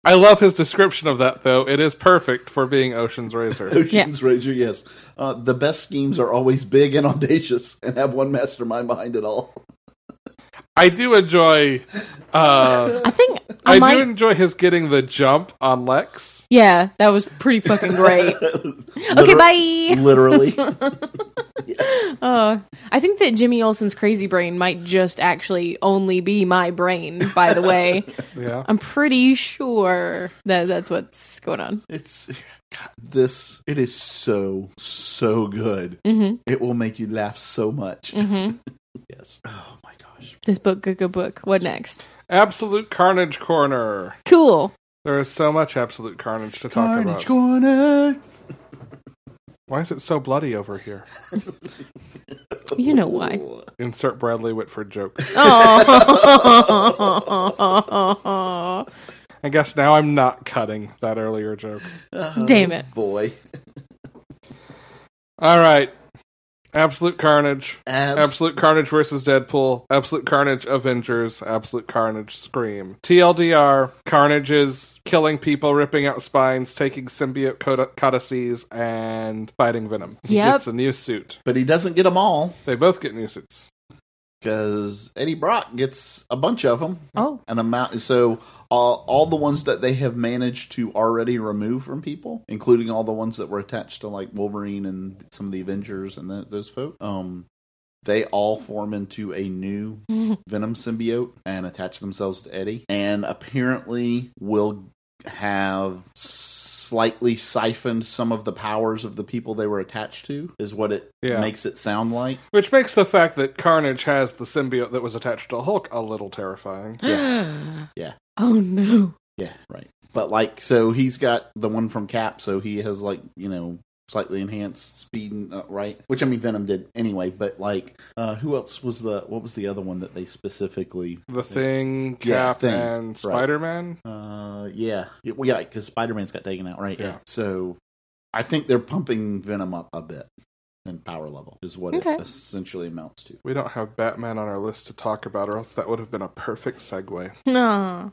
S2: i love his description of that though it is perfect for being ocean's razor
S3: Ocean's Razor. Yes. Uh, the best schemes are always big and audacious, and have one mastermind behind it all.
S2: i do enjoy uh
S1: I think I,
S2: I,
S1: might.
S2: do enjoy his getting the jump on Lex.
S1: Yeah, that was pretty fucking great. okay,
S3: Liter-
S1: bye.
S3: Literally.
S1: Uh, I think that Jimmy Olsen's crazy brain might just actually only be my brain, by the way.
S2: Yeah.
S1: I'm pretty sure that that's what's going on.
S3: It's God, this. It is so so good.
S1: hmm
S3: It will make you laugh so much.
S1: hmm
S3: Yes. Oh my gosh.
S1: This book, good, good book. What next?
S2: Absolute Carnage Corner.
S1: Cool.
S2: There is so much absolute carnage to talk about.
S3: Carnage Corner.
S2: Why is it so bloody over here?
S1: You know why.
S2: Insert Bradley Whitford joke.
S1: Oh.
S2: I guess now I'm not cutting that earlier joke.
S3: Oh,
S1: Damn it.
S3: boy.
S2: All right. Absolute Carnage.
S3: Abs-
S2: Absolute Carnage versus Deadpool. Absolute Carnage Avengers. Absolute Carnage Scream. TLDR Carnage is killing people, ripping out spines, taking symbiote cod- codices, and fighting Venom. He
S1: Yep.
S2: gets a new suit.
S3: But he doesn't get them all
S2: They both get new suits.
S3: because Eddie Brock gets a bunch of them.
S1: Oh,
S3: An amount. So all, all the ones that they have managed to already remove from people, including all the ones that were attached to like Wolverine and some of the Avengers and th those folk, um, they all form into a new Venom symbiote and attach themselves to Eddie, and apparently will have slightly siphoned some of the powers of the people they were attached to, is what it
S2: Yeah.
S3: makes it sound like.
S2: Which makes the fact that Carnage has the symbiote that was attached to Hulk a little terrifying.
S3: Yeah.
S1: Oh no.
S3: Yeah, right. But like, so he's got the one from Cap, so he has like you know slightly enhanced speed, and, uh, right? Which I mean, Venom did anyway. But like, uh, who else was the what was the other one that they specifically?
S2: The Thing,
S3: Yeah,
S2: Cap,
S3: Thing.
S2: and
S3: Right.
S2: Spider Man.
S3: Uh, yeah, yeah, well, yeah, because Spider Man's got taken out, right?
S2: Yeah.
S3: So I think they're pumping Venom up a bit in power level is what
S1: Okay.
S3: it essentially amounts to.
S2: We don't have Batman on our list to talk about, or else that would have been a perfect segue.
S1: No.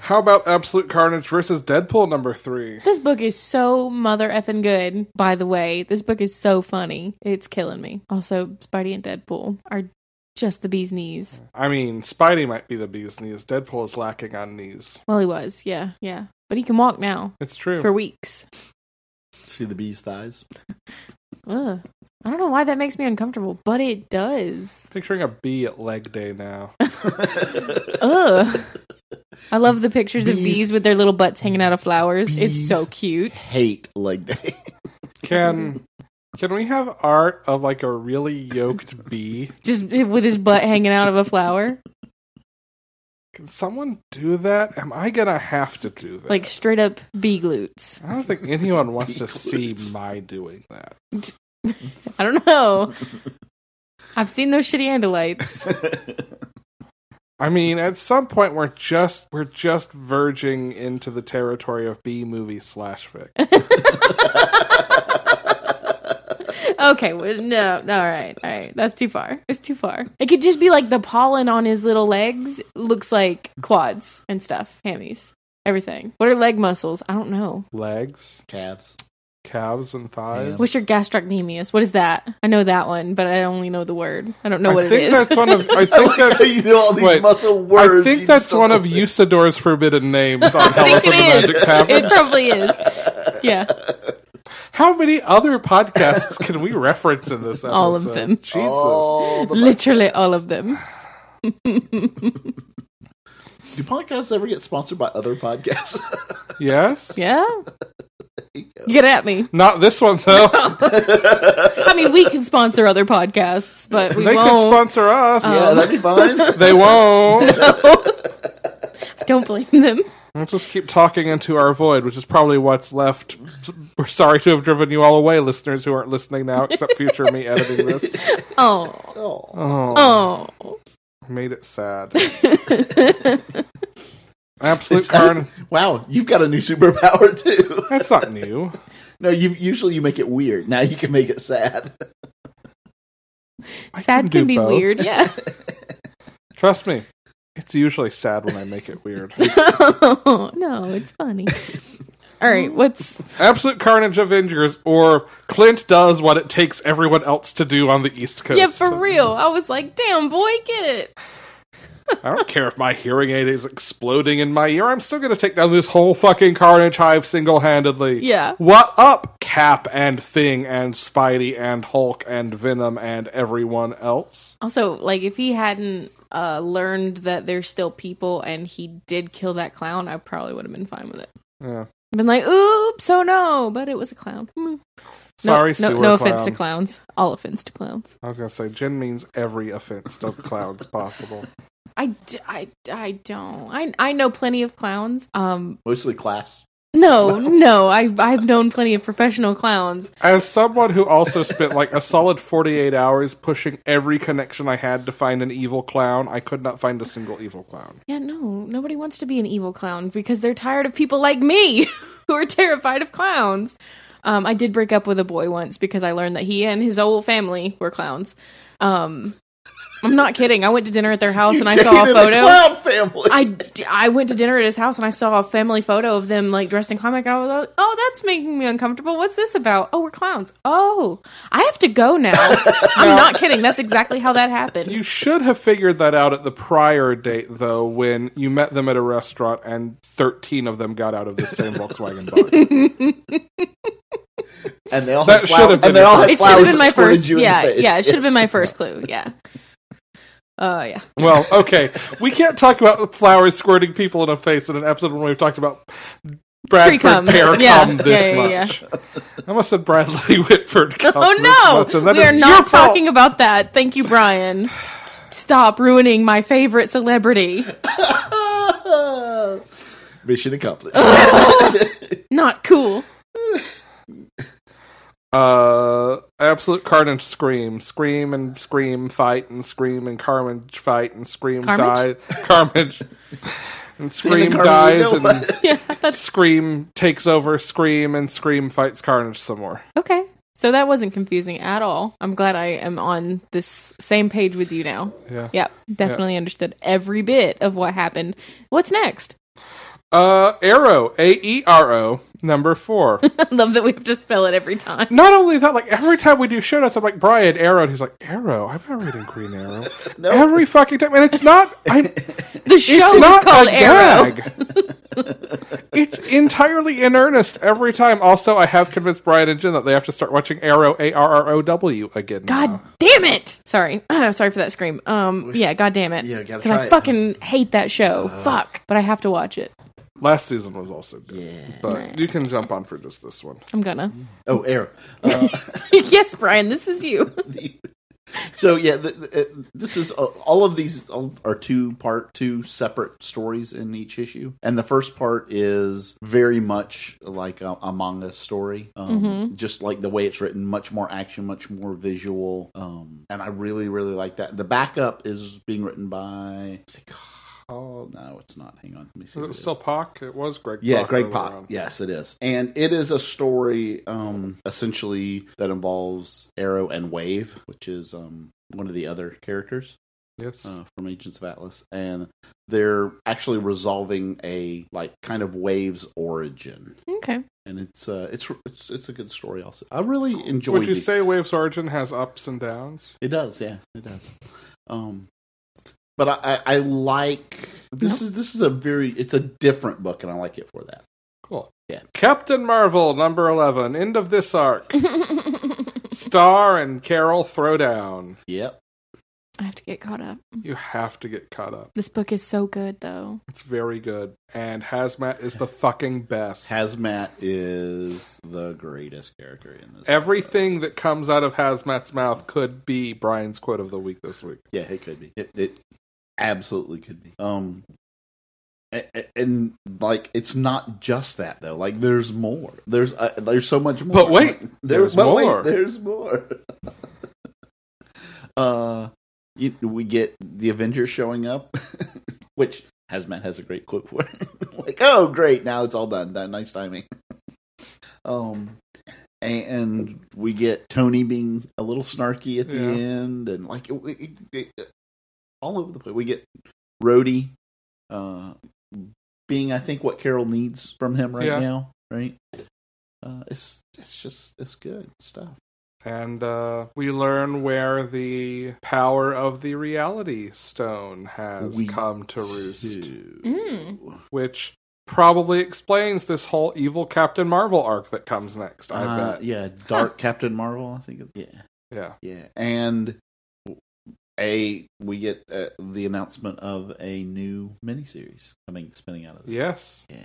S2: How about Absolute Carnage versus Deadpool number three?
S1: This book is so mother effing good, by the way. This book is so funny. It's killing me. Also, Spidey and Deadpool are just the bee's knees.
S2: I mean, Spidey might be the bee's knees. Deadpool is lacking on knees.
S1: Well, he was. Yeah, yeah. But he can walk now
S2: It's true.
S1: for weeks.
S3: See the bee's thighs.
S1: Ugh. I don't know why that makes me uncomfortable, but it does.
S2: Picturing a bee at leg day now.
S1: Ugh. I love the pictures of
S3: Bees-
S1: bees with their little butts hanging out of flowers. It's so
S3: Bees.
S1: cute.
S3: Hate leg day.
S2: Can can we have art of like a really yoked bee?
S1: Just with his butt hanging out of a flower.
S2: Can someone do that? Am I gonna have to do that?
S1: Like straight up bee glutes.
S2: I don't think anyone wants to
S3: Bee
S2: see
S3: glutes.
S2: my doing that.
S1: I don't know. I've seen those shitty andalites.
S2: I mean, at some point we're just we're just verging into the territory of bee movie slash fic.
S1: Okay, well, no, no, all right, all right. That's too far. It's too far. It could just be like the pollen on his little legs looks like quads and stuff, hammies, everything. What are leg muscles? I don't know.
S2: Legs,
S3: Calves.
S2: calves, and thighs.
S1: What's your gastrocnemius? What is that? I know that one, but I only know the word. I don't know what
S2: I think
S1: it is.
S2: that's one of. I
S3: I
S2: think
S3: like how
S2: that's.
S3: you know all these
S2: wait,
S3: muscle words.
S2: I think
S3: you
S2: that's
S3: just don't
S2: one of
S3: know.
S2: Usador's forbidden names on
S1: I
S2: Hella
S1: think
S2: for the
S1: it is.
S2: Magic Tavern.
S1: It probably is. Yeah.
S2: How many other podcasts can we reference in this episode?
S1: All of them.
S2: Jesus.
S3: All the-
S1: Literally all of them.
S3: Do podcasts ever get sponsored by other podcasts?
S2: Yes?
S1: Yeah. Get at me.
S2: Not this one, though.
S1: I mean, we can sponsor other podcasts, but we
S2: they can
S1: won't. Oh.
S2: sponsor us.
S3: yeah, that'd be fine.
S2: They won't.
S1: don't blame them.
S2: We'll just keep talking into our void, which is probably what's left. We're sorry to have driven you all away, listeners who aren't listening now, except future me editing this.
S1: Oh.
S3: Oh.
S2: Oh,
S1: Oh.
S2: made it sad. Absolute carnage.
S3: Wow, you've got a new superpower too.
S2: That's not new.
S3: No, you usually you make it weird. Now you can make it sad.
S2: I
S1: Sad
S2: do
S1: can be
S2: both.
S1: weird. Yeah.
S2: Trust me, it's usually sad when I make it weird.
S1: no, it's funny. All right, what's
S2: Absolute Carnage Avengers, or Clint does what it takes everyone else to do on the East Coast.
S1: yeah for real? I was like, damn boy, get it.
S2: I don't care if my hearing aid is exploding in my ear. I'm still going to take down this whole fucking Carnage Hive single handedly.
S1: Yeah.
S2: What up, Cap and Thing and Spidey and Hulk and Venom and everyone else?
S1: Also, like, if he hadn't uh, learned that there's still people and he did kill that clown, I probably would have been fine with it.
S2: Yeah.
S1: Been like, oops, oh no, but it was a clown. Mm. No-
S2: Sorry,
S1: no,
S2: sewer
S1: no, offense to
S2: clown.
S1: clowns. All offense to clowns.
S2: I was going to say, Jen means every offense to clowns possible.
S1: I, d- I, I don't. I I know plenty of clowns. Um,
S3: Mostly class.
S1: no,
S3: Clowns.
S1: no. I I've known plenty of professional clowns.
S2: As someone who also spent like a solid 48 hours pushing every connection I had to find an evil clown, I could not find a single evil clown.
S1: Yeah, no. Nobody wants to be an evil clown because they're tired of people like me who are terrified of clowns. Um, I did break up with a boy once because I learned that he and his whole family were clowns. Um, I'm not kidding. I went to dinner at their house and I saw a
S3: Dated The
S1: photo.
S3: clown family.
S1: I, I went to dinner at his house and I saw a family photo of them like dressed in comic and I was like, oh, that's making me uncomfortable. What's this about? Oh, we're clowns. Oh, I have to go now. I'm not kidding. That's exactly how that happened.
S2: You should have figured that out at the prior date, though, when you met them at a restaurant and 13 of them got out of the same Volkswagen bug.
S3: and they all
S2: That
S3: had
S2: should
S3: flowers.
S2: have been
S3: and they
S2: your
S3: all had
S1: it should have
S3: flowers
S1: been my
S3: that squirted
S1: first.
S3: you in the
S1: Yeah,
S3: face.
S1: yeah. It should have been
S3: Yes.
S1: my first clue. Yeah. Uh, yeah.
S2: Well, okay. We can't talk about flowers squirting people in the face in an episode when we've talked about Bradford
S1: cum.
S2: pear
S1: Yeah,
S2: cum this
S1: yeah, yeah,
S2: much. I must have Bradley Whitford cum
S1: Oh
S2: this much,
S1: no,
S2: and that
S1: we
S2: is
S1: are
S2: your
S1: not
S2: fault.
S1: talking about that. Thank you, Brian. Stop ruining my favorite celebrity.
S3: Mission accomplished.
S1: Not cool.
S2: uh absolute carnage scream scream and scream fight and scream and carnage fight and scream
S1: Carnage?
S2: die carnage and scream
S3: Santa Carmen,
S2: dies
S3: you know
S2: and
S3: what?
S1: Yeah, I thought.
S2: scream takes over scream and scream fights carnage some more
S1: Okay, so that wasn't confusing at all. I'm glad I am on this same page with you now.
S2: yeah
S1: Yep, definitely understood every bit of what happened. What's next?
S2: uh arrow a-e-r-o number four
S1: I love that we have to spell it every time.
S2: not only that like every time we do show notes i'm like brian arrow and he's like arrow i'm not reading green arrow
S3: No.
S2: every fucking time and it's not i
S1: The show
S2: It's
S1: is
S2: not
S1: called
S2: a
S1: Arrow.
S2: gag. it's entirely in earnest every time. Also, I have convinced Brian and Jen that they have to start watching Arrow A R R O W again.
S1: God
S2: now.
S1: damn it! Sorry, sorry for that scream. Um, yeah, god damn it. Uh-huh.
S3: Yeah, gotta
S1: 'Cause
S3: try
S1: I
S3: it.
S1: fucking hate that show. Fuck, but I have to watch it.
S2: Last season was also good,
S3: Yeah.
S2: but you can jump on for just this one.
S1: I'm gonna.
S3: Oh, air. Uh,
S1: yes, Brian, this is you.
S3: so yeah, the, the, uh, this is uh, all of these all are two part two separate stories in each issue, and the first part is very much like a, a manga story, um, just like the way it's written, much more action, much more visual, um, and I really really like that. The backup is being written by. is it called- no, it's not. Hang on, let me see.
S2: Is
S3: who it
S2: it
S3: is.
S2: still Pock? It was Greg.
S3: Yeah,
S2: Pak
S3: Greg
S2: earlier
S3: Pak.
S2: on.
S3: Yes, it is, and it is a story um, essentially that involves Arrow and Wave, which is um, one of the other characters
S2: Yes.
S3: uh, from Agents of Atlas, and they're actually resolving a like kind of Wave's origin,
S1: Okay.
S3: and it's uh, it's it's it's a good story. Also, I really enjoyed.
S2: Would you
S3: the-
S2: say Wave's origin has ups and downs?
S3: it does, yeah, it does. Um, but I, I, I like this is this is a very it's a different book, and I like it for that.
S2: Cool.
S3: Yeah.
S2: Captain Marvel, number eleven, end of this arc.
S1: I
S2: Star and Carol throwdown.
S3: Yep.
S1: have to get caught up.
S2: You have to get caught up.
S1: This book is so good, though.
S2: It's very good, and Hazmat is the fucking best.
S3: Hazmat is the greatest character in this.
S2: Everything that comes out of Hazmat's mouth could be Brian's quote of the week this week.
S3: Yeah, it could be. It, it absolutely could be. Um, a- a- and, like it's not just that though. Like there's more. There's uh, there's so much more.
S2: But wait,
S3: Like, there-
S2: there's
S3: but
S2: more.
S3: Wait, there's more. uh, you, we get the Avengers showing up, which Hazmat has a great quote for. it. like, oh, great! Now it's all done. That nice timing. um, and we get Tony being a little snarky at the
S2: Yeah.
S3: end, and like it, it, it- it- all over the place. We get Rhodey uh, being, I think, what Carol needs from him right
S2: Yeah.
S3: now. Right? Uh, it's it's just it's good stuff.
S2: And uh, we learn where the power of the reality stone has
S3: We
S2: come to roost,
S3: Too.
S1: Mm.
S2: which probably explains this whole evil Captain Marvel arc that comes next, I
S3: Uh,
S2: bet.
S3: yeah, Dark Captain Marvel. I think. it- Yeah,
S2: Yeah.
S3: yeah, and a we get uh, the announcement of a new miniseries coming spinning out of this.
S2: Yes.
S3: Yeah.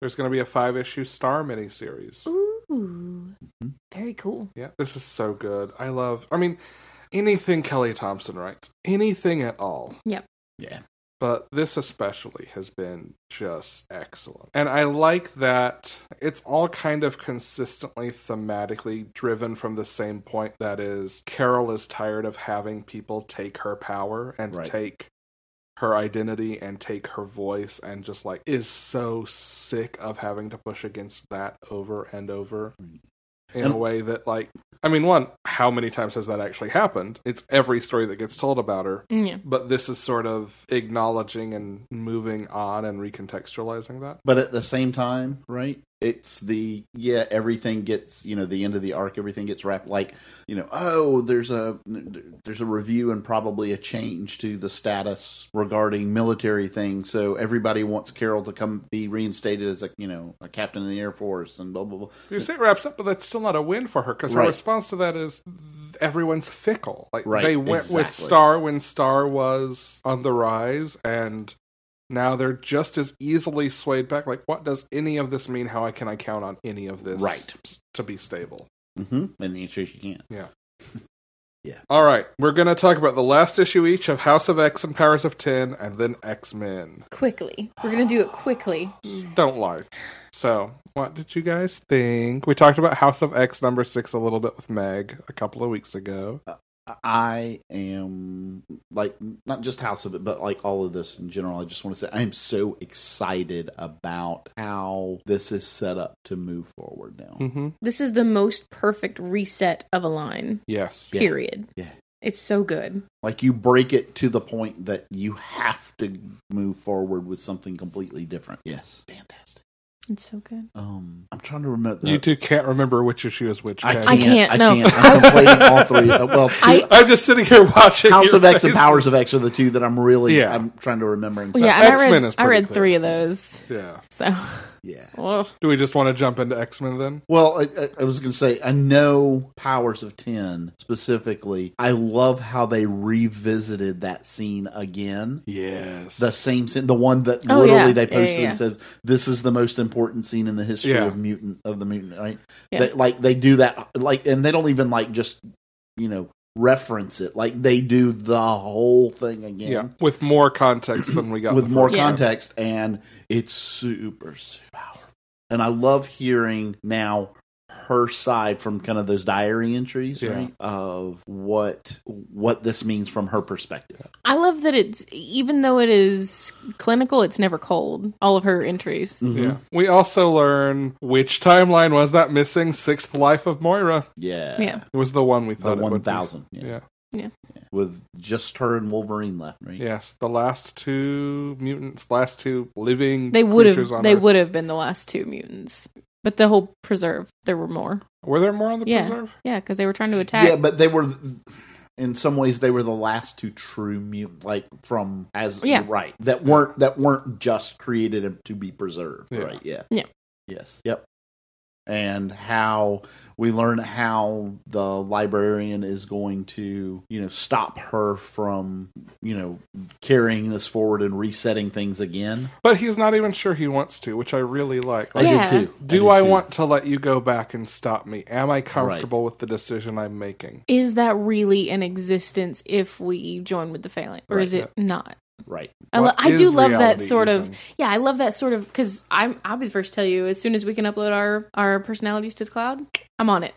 S2: There's going to be a five issue Star miniseries.
S1: Ooh, Mm-hmm. very cool.
S2: Yeah. This is so good. I love, I mean, anything Kelly Thompson writes, anything at all.
S3: yeah,
S2: but this especially has been just excellent. And I like that it's all kind of consistently thematically driven from the same point that is Carol is tired of having people take her power and
S3: Right.
S2: take her identity and take her voice and just like is so sick of having to push against that over and over in
S3: And-
S2: a way that like I mean, one, how many times has that actually happened? It's every story that gets told about her.
S1: Mm, Yeah.
S2: But this is sort of acknowledging and moving on and recontextualizing that.
S3: But at the same time, right? It's the yeah, everything gets you know the end of the arc, everything gets wrapped like you know oh there's a there's a review and probably a change to the status regarding military things. So everybody wants Carol to come be reinstated as a you know a captain in the Air Force and blah blah blah.
S2: You say it wraps up, but that's still not a win for her because her
S3: Right.
S2: response to that is "Th- everyone's fickle. Like
S3: Right,
S2: they went with
S3: exactly.
S2: Star when Star was on the rise, and now they're just as easily swayed back. Like, what does any of this mean? How I can I count on any of this
S3: Right.
S2: to be stable?
S3: hmm And the answer is you can't.
S2: All right, we're gonna talk about the last issue each of House of X and Powers of Ten, and then X Men.
S1: Quickly. We're going to do it quickly.
S2: Don't lie. So, what did you guys think? We talked about House of X number six a little bit with Meg a couple of weeks ago.
S3: I am like not just House of it, but like all of this in general. I just want to say I am so excited about how this is set up to move forward now.
S2: Mm-hmm.
S1: This is the most perfect reset of a line,
S2: Yes.
S3: Yeah.
S1: period.
S3: Yeah.
S1: It's so good.
S3: Like you break it to the point that you have to move forward with something completely different. Yes, fantastic.
S1: It's so good.
S3: Um, I'm trying to remember. the-
S2: You two can't remember which issue is which.
S3: I
S2: can
S3: can't.
S2: you?
S3: I
S1: I
S3: can't.
S1: can't,
S3: I
S1: no.
S3: am complaining all three. uh, well, two-
S1: I-
S2: I'm just sitting here watching
S3: House
S2: your
S3: of X and
S2: faces.
S3: Powers of X are the two that I'm really.
S2: Yeah.
S3: I'm trying to remember. And
S1: Well,
S3: so-
S1: yeah, and I
S2: X-Men
S1: read,
S2: is
S1: I
S2: pretty
S1: read
S2: clear.
S1: three of those.
S2: Yeah.
S1: So,
S3: yeah.
S1: Ugh.
S2: Do we just want to jump into X Men then?
S3: Well, I, I- I was going to say, I know Powers of 10 specifically. I love how they revisited that scene again.
S2: Yes.
S3: The same scene, the one that
S1: Oh,
S3: literally
S1: yeah.
S3: they
S1: Yeah, yeah,
S3: posted
S1: yeah.
S3: and says, "This is the most important scene in the history
S2: Yeah.
S3: of mutant of the mutant." Right?
S1: Yeah.
S3: They, like they do that, like, and they don't even like just you know reference it. Like they do the whole thing again
S2: yeah, with more context than we got
S3: with
S2: the
S3: more
S2: first time.
S3: context, and it's super, super powerful. And I love hearing now her side from kind of those diary entries
S2: Yeah.
S3: right, of what what this means from her perspective.
S1: I love that it's, even though it is clinical, it's never cold. All of her entries.
S3: Mm-hmm.
S2: Yeah. We also learn which timeline was that missing sixth life of Moira.
S3: yeah,
S1: Yeah.
S2: It was the one we
S3: the
S2: thought it
S3: one
S2: would be.
S3: thousand, yeah.
S2: Yeah.
S3: with just her and Wolverine left, right?
S2: Yes, the last two mutants, last two living.
S1: They would
S2: creatures on
S1: have, they
S2: Earth.
S1: would have been the last two mutants. But the whole preserve, there were more.
S2: Were there more on the
S1: Yeah.
S2: preserve?
S1: Yeah, because they were trying to attack.
S3: yeah, but they were. In some ways, they were the last two true mutant, like from as
S1: Yeah.
S3: right that weren't that weren't just created to be preserved,
S2: Yeah.
S3: right? Yeah,
S1: Yeah.
S3: yes, yep. And how we learn how the librarian is going to, you know, stop her from, you know, carrying this forward and resetting things again.
S2: But he's not even sure he wants to, which I really like.
S3: I
S2: Like,
S3: did
S1: Yeah.
S3: too.
S2: do
S3: did
S2: I
S3: too.
S2: want to let you go back and stop me? Am I comfortable with the decision I'm making?
S1: Is that really an existence if we join with the phalanx? Or is
S2: Right.
S1: it not?
S3: right?
S1: I, lo-
S2: What
S1: I do
S2: is
S1: love that
S2: reality
S1: sort of
S2: even?
S1: yeah i love that sort of because i'm i'll be the first to tell you as soon as we can upload our our personalities to the cloud i'm on it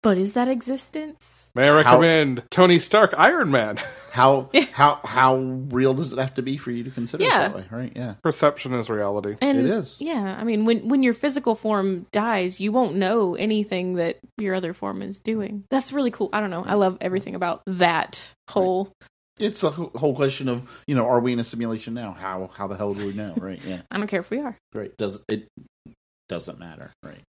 S1: but is that existence
S2: May I
S3: How-
S2: recommend Tony Stark Iron Man?
S3: How how how real does it have to be for you to consider
S1: Yeah.
S3: it that way? Right? Yeah,
S2: Perception is reality.
S1: and
S3: it is.
S1: yeah i mean when when your physical form dies you won't know anything that your other form is doing that's really cool i don't know i love everything about that whole
S3: it's a wh- whole question of you know are we in a simulation now how how the hell do we know right yeah
S1: i don't care if we are
S3: great does it doesn't matter right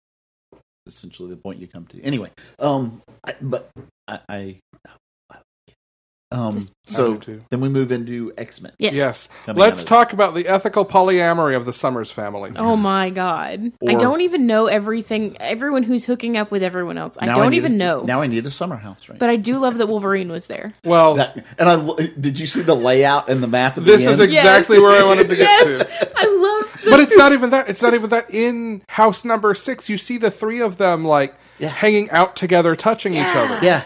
S3: essentially the point you come to anyway um I, but i i um
S1: Just-
S2: I do
S3: so
S2: too.
S3: then we move into x-men
S1: yes,
S2: yes.
S3: coming
S2: Let's
S3: out of-
S2: talk about the ethical polyamory of the Summers family.
S1: Oh my god! I
S3: Or-
S1: don't even know everything. Everyone who's hooking up with everyone else, I
S3: now
S1: don't
S3: need
S1: even
S3: a-
S1: know.
S3: now i need a summer house right
S1: but I do love that Wolverine was there.
S2: Well,
S3: that, and i lo- did you see the layout and the map at
S2: this
S3: the
S2: is
S3: end?
S2: exactly
S1: Yes.
S2: where I wanted to get
S1: yes,
S2: to.
S1: I love.
S2: But it's not even that. It's not even that. In house number six, you see the three of them like
S3: Yeah.
S2: hanging out together, touching each
S1: Yeah.
S2: other,
S3: yeah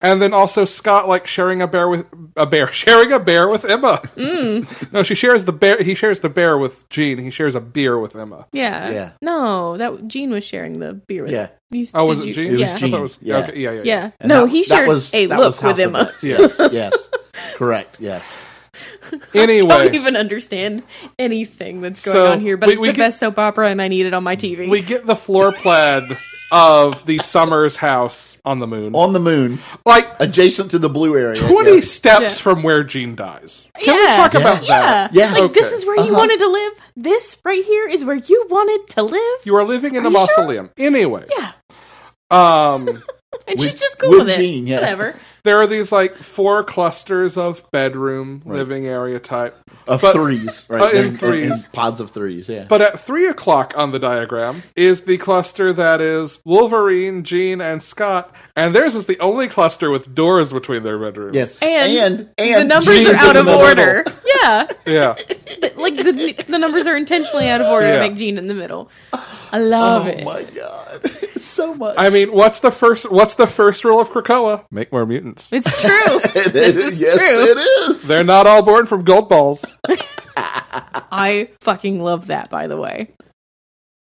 S2: and then also Scott like sharing a bear with a bear, sharing a bear with Emma.
S1: Mm.
S2: No, she shares the bear. He shares the bear with Jean. He shares a beer with Emma.
S1: Yeah.
S3: Yeah.
S1: No, that Gene was sharing the beer with.
S3: Yeah.
S1: You,
S2: Oh,
S1: did
S2: was it
S1: you-
S2: Jean?
S3: It was
S1: yeah.
S2: I thought
S3: Jean, yeah.
S2: okay, yeah, yeah, yeah.
S1: Yeah.
S3: And
S1: no,
S3: that-
S1: he
S3: that
S1: shared
S3: was-
S1: a
S3: that
S1: look
S3: was House
S1: with
S3: of
S1: Emma.
S3: X.
S2: Yes.
S3: yes correct yes
S2: Anyway,
S1: I don't even understand anything that's going
S2: So,
S1: on here, but
S2: we-
S1: it's
S2: we
S1: the
S2: get-
S1: best soap opera, and I need it on my TV.
S2: We get the floor plaid of the Summers house on the moon.
S3: on the moon,
S2: Like
S3: adjacent to the blue area.
S2: 20
S3: yes.
S2: steps
S1: Yeah.
S2: from where Jean dies. Can we
S1: Yeah.
S2: talk about
S1: Yeah.
S2: that?
S3: Yeah.
S1: Like this
S2: Okay.
S1: is where you
S3: Uh-huh.
S1: wanted to live. This right here is where you wanted to live.
S2: You are living in
S1: Are
S2: a
S1: you sure?
S2: mausoleum. Anyway.
S1: Yeah.
S2: Um
S1: And
S3: With-
S1: she's just cool
S3: with
S1: with it.
S3: Jean, yeah.
S1: Whatever.
S2: there are these like four clusters of bedroom living area type.
S3: of
S2: But-
S3: threes, right?
S2: uh, in
S3: And- and-
S2: threes.
S3: and pods of threes. Yeah,
S2: But at three o'clock on the diagram is the cluster that is Wolverine, Jean, and Scott, and theirs is the only cluster with doors between their bedrooms.
S3: yes,
S1: And
S3: and, and
S1: the numbers
S3: Jesus
S1: are out
S3: in
S1: of
S3: the middle.
S1: order. Yeah.
S2: Yeah.
S1: But, like the the numbers are intentionally out of order
S2: Yeah.
S1: to make Jean in the middle. I love
S3: Oh
S1: it.
S3: my god, so much.
S2: I mean, what's the first what's the first rule of Krakoa? Make more mutants.
S1: It's true.
S3: It
S1: This
S3: is-
S1: is
S3: yes,
S1: true.
S3: it is.
S2: They're not all born from gold balls.
S1: I fucking love that by the way.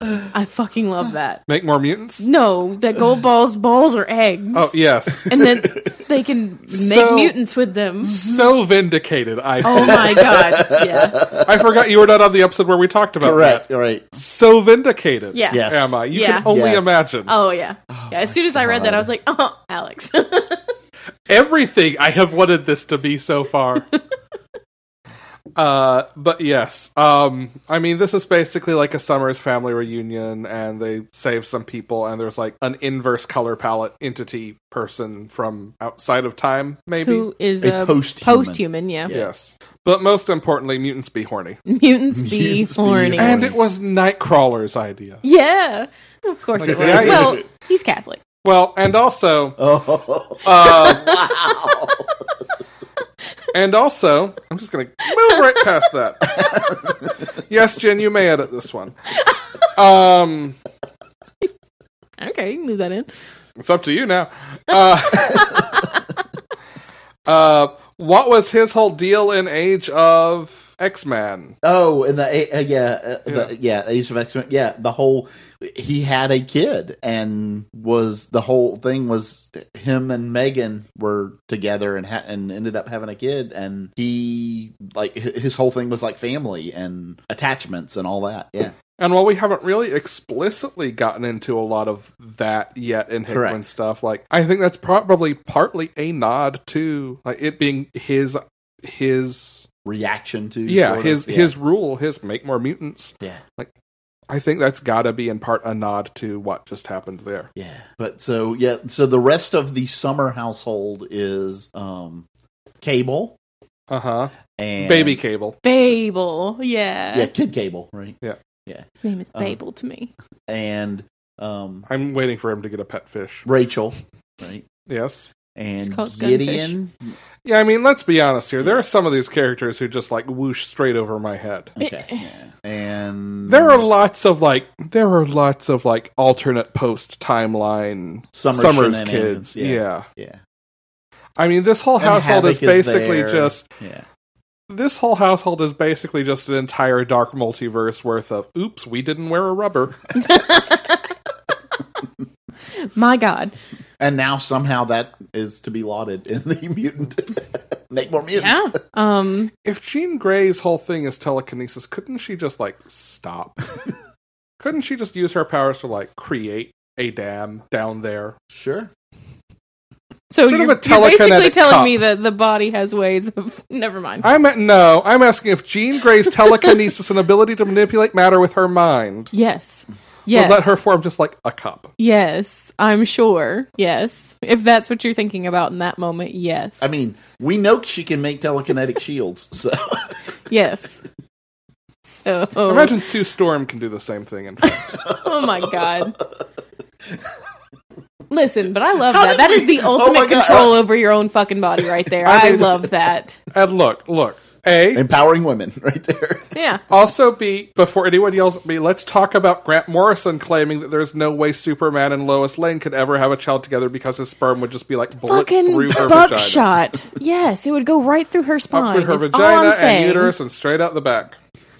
S1: I fucking love that.
S2: Make more mutants?
S1: No, that gold balls balls are eggs.
S2: Oh yes.
S1: And then they can make
S2: So-
S1: mutants with them.
S2: so vindicated, I
S1: Oh
S2: feel.
S1: my god. Yeah.
S2: I forgot you were not on the episode where we talked about
S3: Correct.
S2: that.
S3: All right.
S2: So vindicated.
S1: Yeah.
S3: Yes.
S2: Am I? You
S1: Yeah.
S2: can only
S3: Yes.
S2: imagine.
S1: Oh yeah. yeah. As soon as I read that, I
S3: God.
S1: was like, oh, Alex.
S2: Everything I have wanted this to be so far. uh but yes. Um I mean this is basically like a Summers family reunion and they save some people and there's like an inverse color palette entity person from outside of time, maybe.
S1: Who is
S3: A
S1: a,
S3: post-human.
S1: post-human, yeah.
S2: Yes. But most importantly, mutants be horny.
S1: Mutants be
S3: Mutants
S1: horny.
S3: be
S1: Um,
S3: horny.
S2: And it was Nightcrawler's idea.
S1: Yeah. Of course it was.
S2: Yeah, yeah.
S1: Well, he's Catholic.
S2: Well, and also
S3: Oh
S2: uh
S3: wow.
S2: And also, I'm just going to move right past that. yes, Jen, you may edit this one. Um,
S1: Okay, you can leave that in.
S2: it's up to you now. Uh, uh, what was his whole deal in Age of X Man?
S3: Oh, and the uh, uh, yeah, uh, the, yeah, Age of X Men. Yeah, the whole he had a kid, and was the whole thing was him and Megan were together and ha- and ended up having a kid, and he like hi- his whole thing was like family and attachments and all that. Yeah,
S2: And while we haven't really explicitly gotten into a lot of that yet in Hickman
S3: Correct.
S2: stuff, like I think that's probably partly a nod to like it being his his
S3: reaction to
S2: yeah
S3: sort of,
S2: his
S3: yeah.
S2: his rule his make more mutants
S3: yeah.
S2: I think that's got to be in part a nod to what just happened there.
S3: Yeah. But so yeah, so the rest of the summer household is um cable
S2: Uh huh.
S3: and
S2: Baby Cable.
S1: Babel, yeah.
S3: Yeah, kid cable, right?
S1: His name is
S2: Oh.
S3: Uh-huh.
S1: Babel to me.
S3: And um
S2: I'm waiting for him to get a pet fish.
S3: Rachel, right?
S2: Yes.
S3: And
S1: It's called
S3: Gideon.
S2: Yeah, I mean, let's be honest here. There are some of these characters who just like whoosh straight over my head.
S3: Okay. yeah. And
S2: There are lots of like there are lots of like alternate post timeline
S3: Summer
S2: Summers
S3: shenanigans,
S2: kids. Yeah.
S3: yeah. yeah.
S2: I mean, this whole
S3: And
S2: household is
S3: Havoc is
S2: basically
S3: there.
S2: just
S3: Yeah.
S2: this whole household is basically just an entire dark multiverse worth of oops, we didn't wear a rubber.
S1: My God.
S3: And now somehow that is to be lauded in the mutant. Make more mutants.
S1: Yeah. Um,
S2: if Jean Grey's whole thing is telekinesis, couldn't she just like stop? couldn't she just use her powers to like create a dam down there?
S3: Sure.
S1: so
S2: Sort of
S1: you're,
S2: a
S1: you're basically
S2: telekinetic
S1: telling
S2: cop.
S1: me that the body has ways of. Never mind.
S2: I'm at, no, I'm asking if Jean Grey's telekinesis and ability to manipulate matter with her mind
S1: yes. Yes.
S2: would let her form just like a cup.
S1: Yes, I'm sure. Yes. If that's what you're thinking about in that moment, yes.
S3: I mean, we know she can make telekinetic shields, so
S1: yes. So,
S2: Imagine Sue Storm can do the same thing. In fact.
S1: oh my god. Listen, but I love
S3: How
S1: that.
S3: did
S1: That
S3: we-
S1: is the
S3: Oh
S1: ultimate
S3: my God.
S1: control over your own fucking body right there.
S2: I
S1: I,
S2: mean-
S1: love that.
S2: and look, look, a
S3: empowering women right there.
S1: Yeah.
S2: also b before anyone yells at me, let's talk about Grant Morrison claiming that there's no way Superman and Lois Lane could ever have a child together because his sperm would just be like blitzed
S1: Fucking
S2: through her vagina.
S1: buckshot. Yes, it would go right through her
S2: up
S1: spine.
S2: through her
S1: is all I'm
S2: vagina and
S1: saying.
S2: uterus and straight out the back.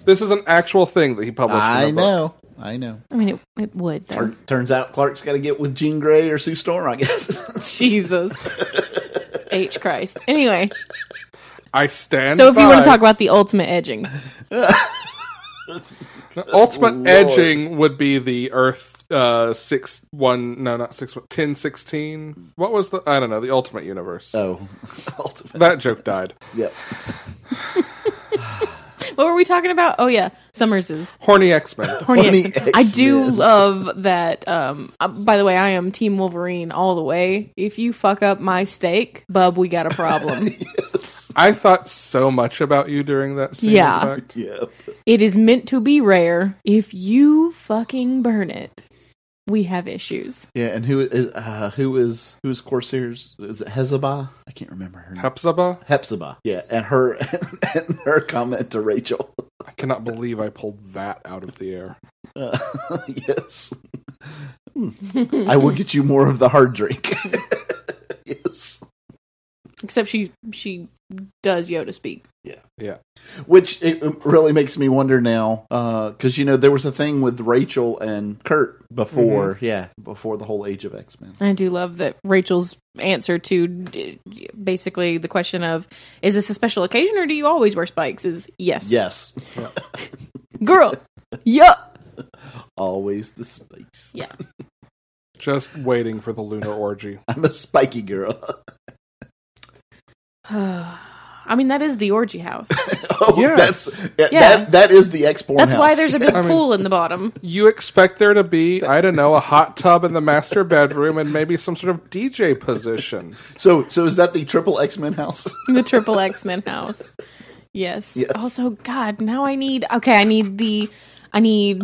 S2: This is an actual thing that he published. in
S3: I
S2: the book.
S3: know. I know.
S1: I mean, it, it would. though.
S3: Tur- turns out Clark's got to get with Jean Grey or Sue Storm, I guess.
S1: Jesus. H Christ. Anyway,
S2: I stand.
S1: so if you want to
S2: by-
S1: talk about the ultimate edging,
S2: ultimate
S3: Lord.
S2: edging, would be the Earth uh six one no not six one ten sixteen. What was the I don't know the Ultimate Universe?
S3: Oh, ultimate.
S2: That joke died.
S3: Yep.
S1: What were we talking about? Oh yeah, Summers's
S2: Horny X Men.
S1: horny.
S3: Horny
S1: X-Men. I do
S3: X-Men.
S1: love that. Um, uh, by the way, I am Team Wolverine all the way. If you fuck up my steak, bub, we got a problem.
S3: yes.
S2: I thought so much about you during that scene. in
S1: Yeah.
S2: fact.
S3: Yep.
S1: it is meant to be rare. If you fucking burn it, we have issues.
S3: Yeah, and who is uh, who is who is Corsairs? Is it Hezabah? I can't remember her name.
S2: Hepzibah.
S3: Hepzibah. Yeah, and her and her comment to Rachel.
S2: I cannot believe I pulled that out of the air.
S3: Uh, yes. Hmm. I will get you more of the hard drink. yes.
S1: Except she she does Yoda speak.
S3: Which it really makes me wonder now, because you know there was a thing with Rachel and Kurt before, yeah, before the whole Age of X Men.
S1: I do love that Rachel's answer to d- basically the question of is this a special occasion or do you always wear spikes is yes.
S3: Yes,
S1: Girl. yup.
S3: always the spikes.
S1: Yeah.
S2: Just waiting for the lunar orgy.
S3: I'm a spiky girl.
S1: I mean that is the orgy house.
S3: oh,
S2: Yes.
S3: that's that,
S1: Yeah.
S3: that. That is the X porn.
S1: That's why
S3: house.
S1: there's a big
S2: I mean-
S1: pool in the bottom.
S2: You expect there to be, I don't know, a hot tub in the master bedroom and maybe some sort of DJ position.
S3: So, so is that the triple X Men house?
S1: The triple X Men house. Yes.
S3: Yes.
S1: Also, God, now I need okay, I need the I need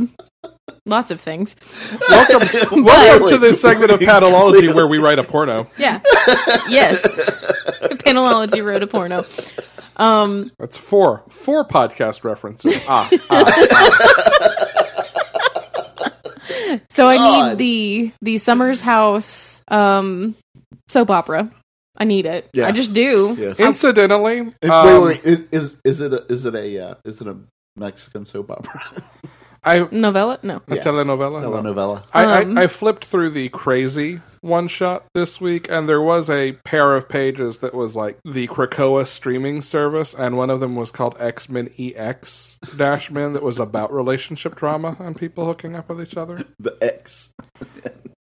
S1: lots of things.
S3: welcome,
S2: Welcome to this segment of Paddleology where we write a porno.
S1: Yeah. yes. Panelology wrote a porno. Um
S2: That's four. Four podcast references. Ah, ah,
S1: So I need
S3: God.
S1: the the Summers House um soap opera. I need it.
S3: Yeah.
S1: I just do.
S3: Yes.
S2: Incidentally,
S3: And
S2: um,
S3: wait, wait, wait, is is- is it a, is it a uh, is it a Mexican soap opera
S2: I a
S1: Novella? No.
S3: Yeah.
S2: telenovela. No.
S3: telenovela?
S2: I,
S1: Um,
S2: I, I flipped through the crazy one shot this week, and there was a pair of pages that was like the Krakoa streaming service, and one of them was called X Men EX Dash Men that was about relationship drama and people hooking up with each other.
S3: The X.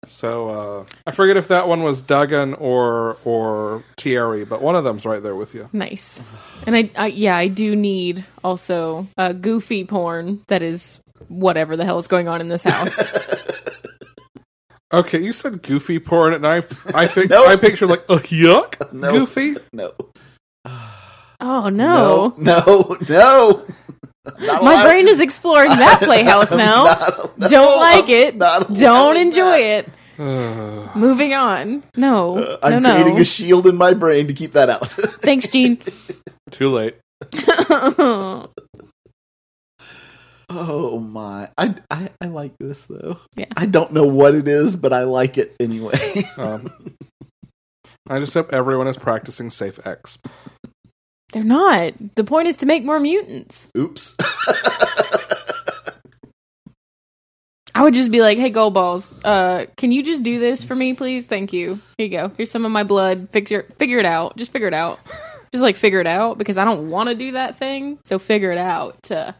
S2: So uh, I forget if that one was Duggan or or Thierry, but one of them's right there with you.
S1: Nice. And I, I yeah, I do need also uh, goofy porn that is whatever the hell is going on in this house.
S2: Okay, you said goofy porn, and I I think
S3: No.
S2: I picture like a yuck
S3: No.
S2: goofy.
S3: No.
S1: oh no.
S3: No. No. Not
S1: My
S3: allowed.
S1: brain is exploring that playhouse now.
S3: Not- no,
S1: Don't like
S3: I'm
S1: it.
S3: not
S1: Don't
S3: allowing
S1: enjoy
S3: that.
S1: it. Moving on. No.
S3: Uh, I'm
S1: no
S3: creating
S1: no.
S3: a shield in my brain to keep that out.
S1: Thanks, Gene.
S2: Too late.
S3: oh my! I, I I like this though.
S1: Yeah.
S3: I don't know what it is, but I like it anyway.
S2: Um, I just hope everyone is practicing safe X.
S1: They're not. The point is to make more mutants.
S3: Oops.
S1: I would just be like, "Hey, gold balls, uh, can you just do this for me, please? Thank you. Here you go. Here's some of my blood. Figure, figure it out. Just figure it out. Just like figure it out because I don't want to do that thing. So figure it out. Uh,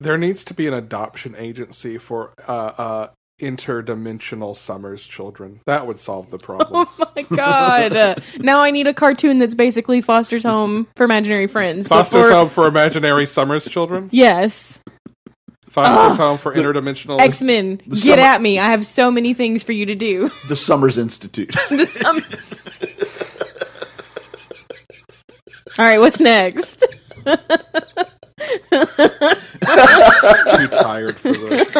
S2: There needs to be an adoption agency for uh, uh, interdimensional Summers children. That would solve the problem.
S1: oh my god! Uh, now I need a cartoon that's basically Foster's Home for Imaginary Friends. but
S2: Foster's
S1: for-
S2: home for imaginary Summers children.
S1: Yes,
S2: Foster's home for interdimensional.
S1: X Men. Get
S3: summer-
S1: at me. I have so many things for you to do.
S3: the Summers Institute.
S1: The summer- All right, what's next?
S2: too tired for this.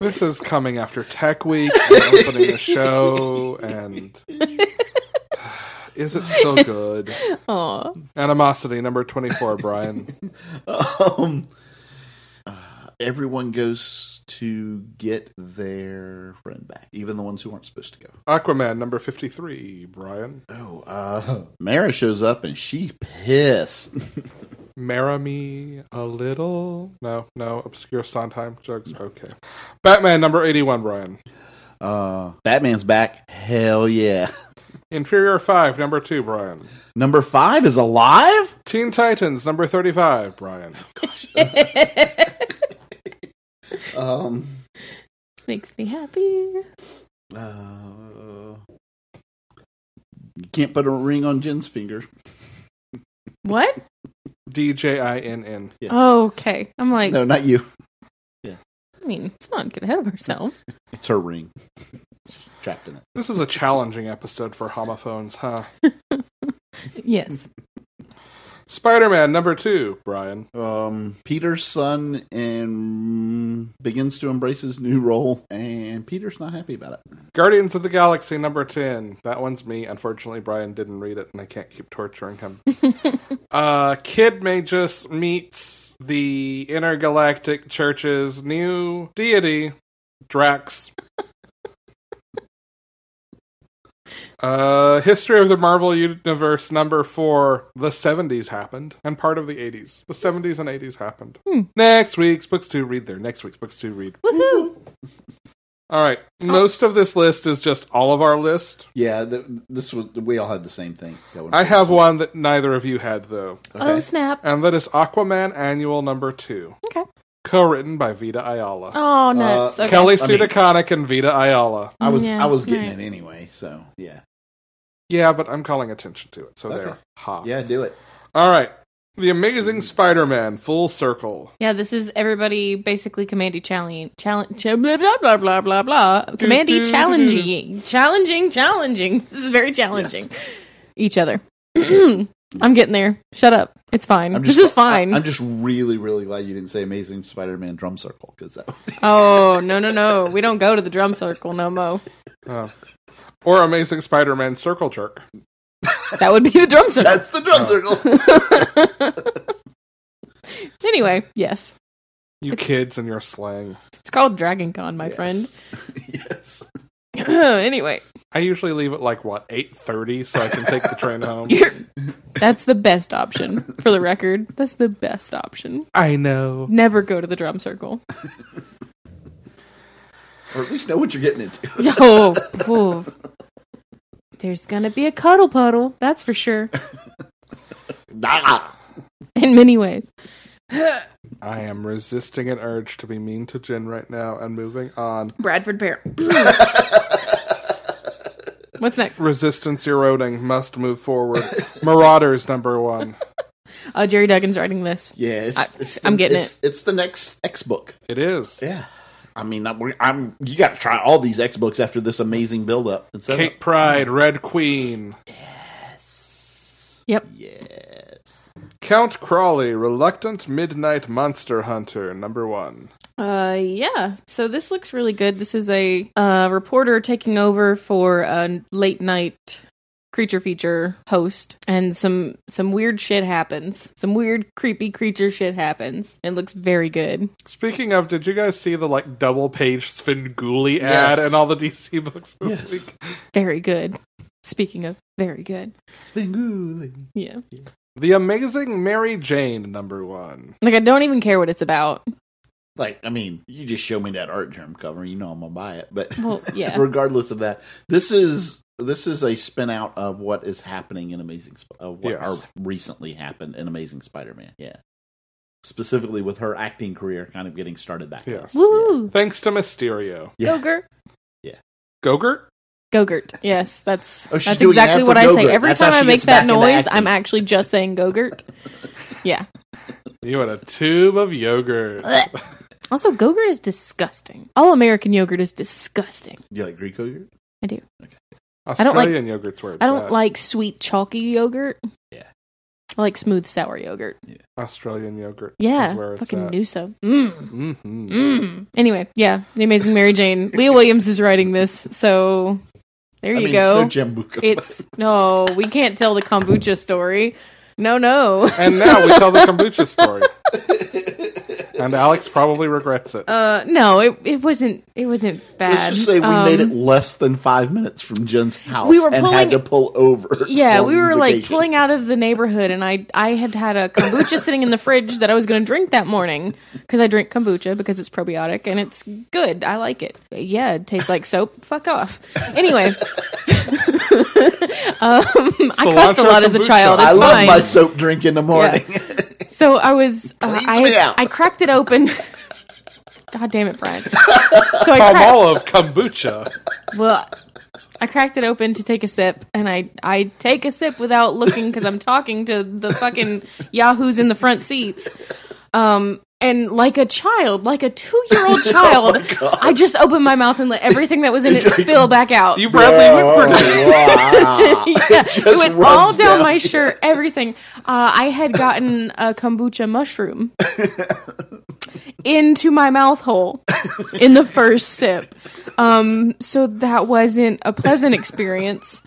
S2: This is coming after Tech Week, and opening the show, and is it still good?
S1: Aw.
S2: Animosity number twenty-four, Brian.
S3: um, uh, everyone goes to get their friend back, even the ones who aren't supposed to go.
S2: Aquaman number 53, Brian.
S3: Oh, uh, Mara shows up and she pissed.
S2: Marry me a little. No, no, obscure Sondheim jokes. Okay. Batman number 81, Brian.
S3: Uh, Batman's back. Hell yeah.
S2: Inferior 5, number 2, Brian.
S3: Number five is alive.
S2: Teen Titans number 35, Brian.
S3: Um,
S1: This makes me happy.
S3: uh, you can't put a ring on Jen's finger.
S1: What?
S2: D J I N N.
S3: Yeah.
S1: okay. I'm like,
S3: No, not you.
S1: I mean, let's not get ahead of ourselves.
S3: It's her ring. She's trapped in it.
S2: This is a challenging episode for homophones, huh?
S1: yes.
S2: Spider Man number two, Brian.
S3: Um, Peter's son and begins to embrace his new role, and Peter's not happy about it.
S2: Guardians of the Galaxy number 10. That one's me. Unfortunately, Brian didn't read it, and I can't keep torturing him. uh, Kid Magus meets the intergalactic church's new deity, Drax. Uh, History of the Marvel Universe number four. The 70s happened, and part of the 80s. The 70s and 80s happened.
S1: Hmm.
S2: Next week's books to read there. Next week's books to read.
S1: Woohoo!
S2: All right.
S3: Oh.
S2: Most of this list is just all of our list.
S3: Yeah, th this was we all had the same thing. Going
S2: I
S3: for
S2: have
S3: this
S2: one that neither of you had, though,
S1: Oh,
S3: Okay.
S1: snap.
S2: and that is Aquaman Annual Number 2.
S1: Okay.
S2: Co written by Vita Ayala.
S1: Oh, nuts. okay.
S2: Kelly
S3: I mean-
S2: Sudaconic and Vita Ayala.
S3: I was
S1: Yeah,
S3: I was getting
S1: right.
S3: it anyway, so yeah,
S2: Yeah, but I'm calling attention to it, so
S3: Okay.
S2: there. Ha.
S3: yeah, Hmm. do it.
S2: All right. The Amazing Spider Man, Full Circle.
S1: Yeah, this is everybody basically commandy challenging, challenge, blah blah blah blah blah blah. Commandy
S2: do,
S1: challenging, challenging, challenging. This is very challenging. Each other. I'm getting there. Shut up. It's fine.
S3: just,
S1: this is fine.
S3: I, am just really really glad you didn't say Amazing Spider-Man drum circle because that
S1: oh no no no! We don't go to the drum circle no mo.
S2: Uh, or Amazing Spider Man Circle Jerk.
S1: That would be the drum circle.
S3: that's the drum
S2: Oh.
S3: circle.
S1: anyway, yes,
S2: You kids and your slang.
S1: it's called Dragon Con, my
S3: Yes.
S1: friend.
S3: yes.
S1: anyway,
S2: I usually leave at like what eight thirty, so I can take the train home.
S1: you're, that's the best option. For the record, that's the best option.
S2: I know.
S1: Never go to the drum circle.
S3: or at least know what you're getting into.
S1: Yo, whoa. there's gonna be a cuddle puddle, that's for sure.
S3: Nah.
S1: In many ways,
S2: I am resisting an urge to be mean to Jen right now and moving on.
S1: Bradford Bear. What's next?
S2: Resistance eroding must move forward. Marauders number one.
S1: Oh, Jerry Duggan's writing this.
S3: Yeah, it's,
S1: I-
S3: it's
S1: I'm getting
S3: it's, It's the next X book.
S2: It is.
S3: Yeah. I mean, I'm, I'm you got to try all these X books after this amazing build up and setup.
S2: Kate Pride, Red Queen.
S1: Yep.
S3: Yes.
S2: Count Crawley, Reluctant Midnight Monster Hunter, number one.
S1: Uh, yeah. So this looks really good. This is a uh, reporter taking over for a late night creature feature host, and some some weird shit happens. Some weird, creepy creature shit happens. It looks very good.
S2: Speaking of, did you guys see the like double page Svengouli
S3: Yes.
S2: ad in all the DC books this
S3: Yes.
S2: week?
S1: Very good. Speaking of very good,
S3: Spinguli.
S1: yeah.
S2: The Amazing Mary Jane, number one.
S1: Like I don't even care what it's about.
S3: Like, I mean, you just show me that art germ cover, you know I'm gonna buy it. But
S1: Well, yeah.
S3: regardless of that, this is this is a spin out of what is happening in Amazing Sp- of what
S2: Yes.
S3: are recently happened in Amazing Spider Man. Yeah. Specifically with her acting career kind of getting started back. up.
S2: Yes.
S1: Woo!
S2: Thanks to Mysterio.
S3: Yeah.
S1: Gogurt.
S2: Gogurt?
S1: Gogurt. Yes, that's
S3: Oh, she's
S1: that's
S3: doing an ad
S1: exactly
S3: for
S1: what I say.
S3: Go-Gurt.
S1: Every
S3: That's how
S1: time I
S3: she
S1: make
S3: gets
S1: that
S3: back into
S1: noise,
S3: acting.
S1: I'm actually just saying Gogurt. yeah.
S2: You had a tube of yogurt.
S1: Also, Gogurt is disgusting. All American yogurt is disgusting.
S3: Do you like Greek oh, yogurt?
S1: I do.
S2: Australian
S1: don't like-
S2: yogurt's where it's
S1: I don't
S2: at.
S1: like sweet chalky yogurt.
S3: Yeah.
S1: I like smooth sour yogurt.
S2: Australian yogurt.
S1: Yeah.
S2: is where it's
S1: Fucking
S2: at.
S1: Noosa. Mm.
S2: Mhm.
S1: Mm. Anyway, yeah, The Amazing Mary Jane. Leah Williams is writing this, so there
S3: I
S1: you
S3: mean,
S1: go.
S3: It's no Jambuco.
S1: It's no, we can't tell the kombucha story. No, no.
S2: And now we tell the kombucha story. and Alex probably regrets it.
S1: Uh, no, it it wasn't. It wasn't bad.
S3: Let's just say we
S1: Um,
S3: made it less than five minutes from Jen's house
S1: we were
S3: and had
S1: pulling-
S3: to pull over.
S1: Yeah,
S3: for
S1: we were like
S3: vacation.
S1: pulling out of the neighborhood, and I I had had a kombucha sitting in the fridge that I was going to drink that morning because I drink kombucha because it's probiotic and it's good. I like it. Yeah, it tastes like soap. Fuck off. Anyway, um, I cussed a
S2: Cilantro
S1: lot as a
S2: kombucha.
S1: child. It's
S3: I love
S1: fine.
S3: my soap drink in the morning.
S1: So I was, uh,
S3: Cleans me
S1: I,
S3: out.
S1: I cracked it open. God damn it, Brian. So
S2: Palm
S1: I cracked,
S2: olive kombucha.
S1: well, I cracked it open to take a sip, and I I take a sip without looking because I'm talking to the fucking yahoos in the front seats. Um, and like a child, like a two year old child,
S3: Oh God.
S1: I just opened my mouth and let everything that was in it
S3: It's like-
S1: spill back out.
S2: You Bradley Whitford.
S3: wow.
S1: yeah,
S3: just
S1: it went all
S3: runs
S1: down,
S3: down.
S1: my shirt, everything. Uh, I had gotten a kombucha mushroom into my mouth hole in the first sip. Um, so that wasn't a pleasant experience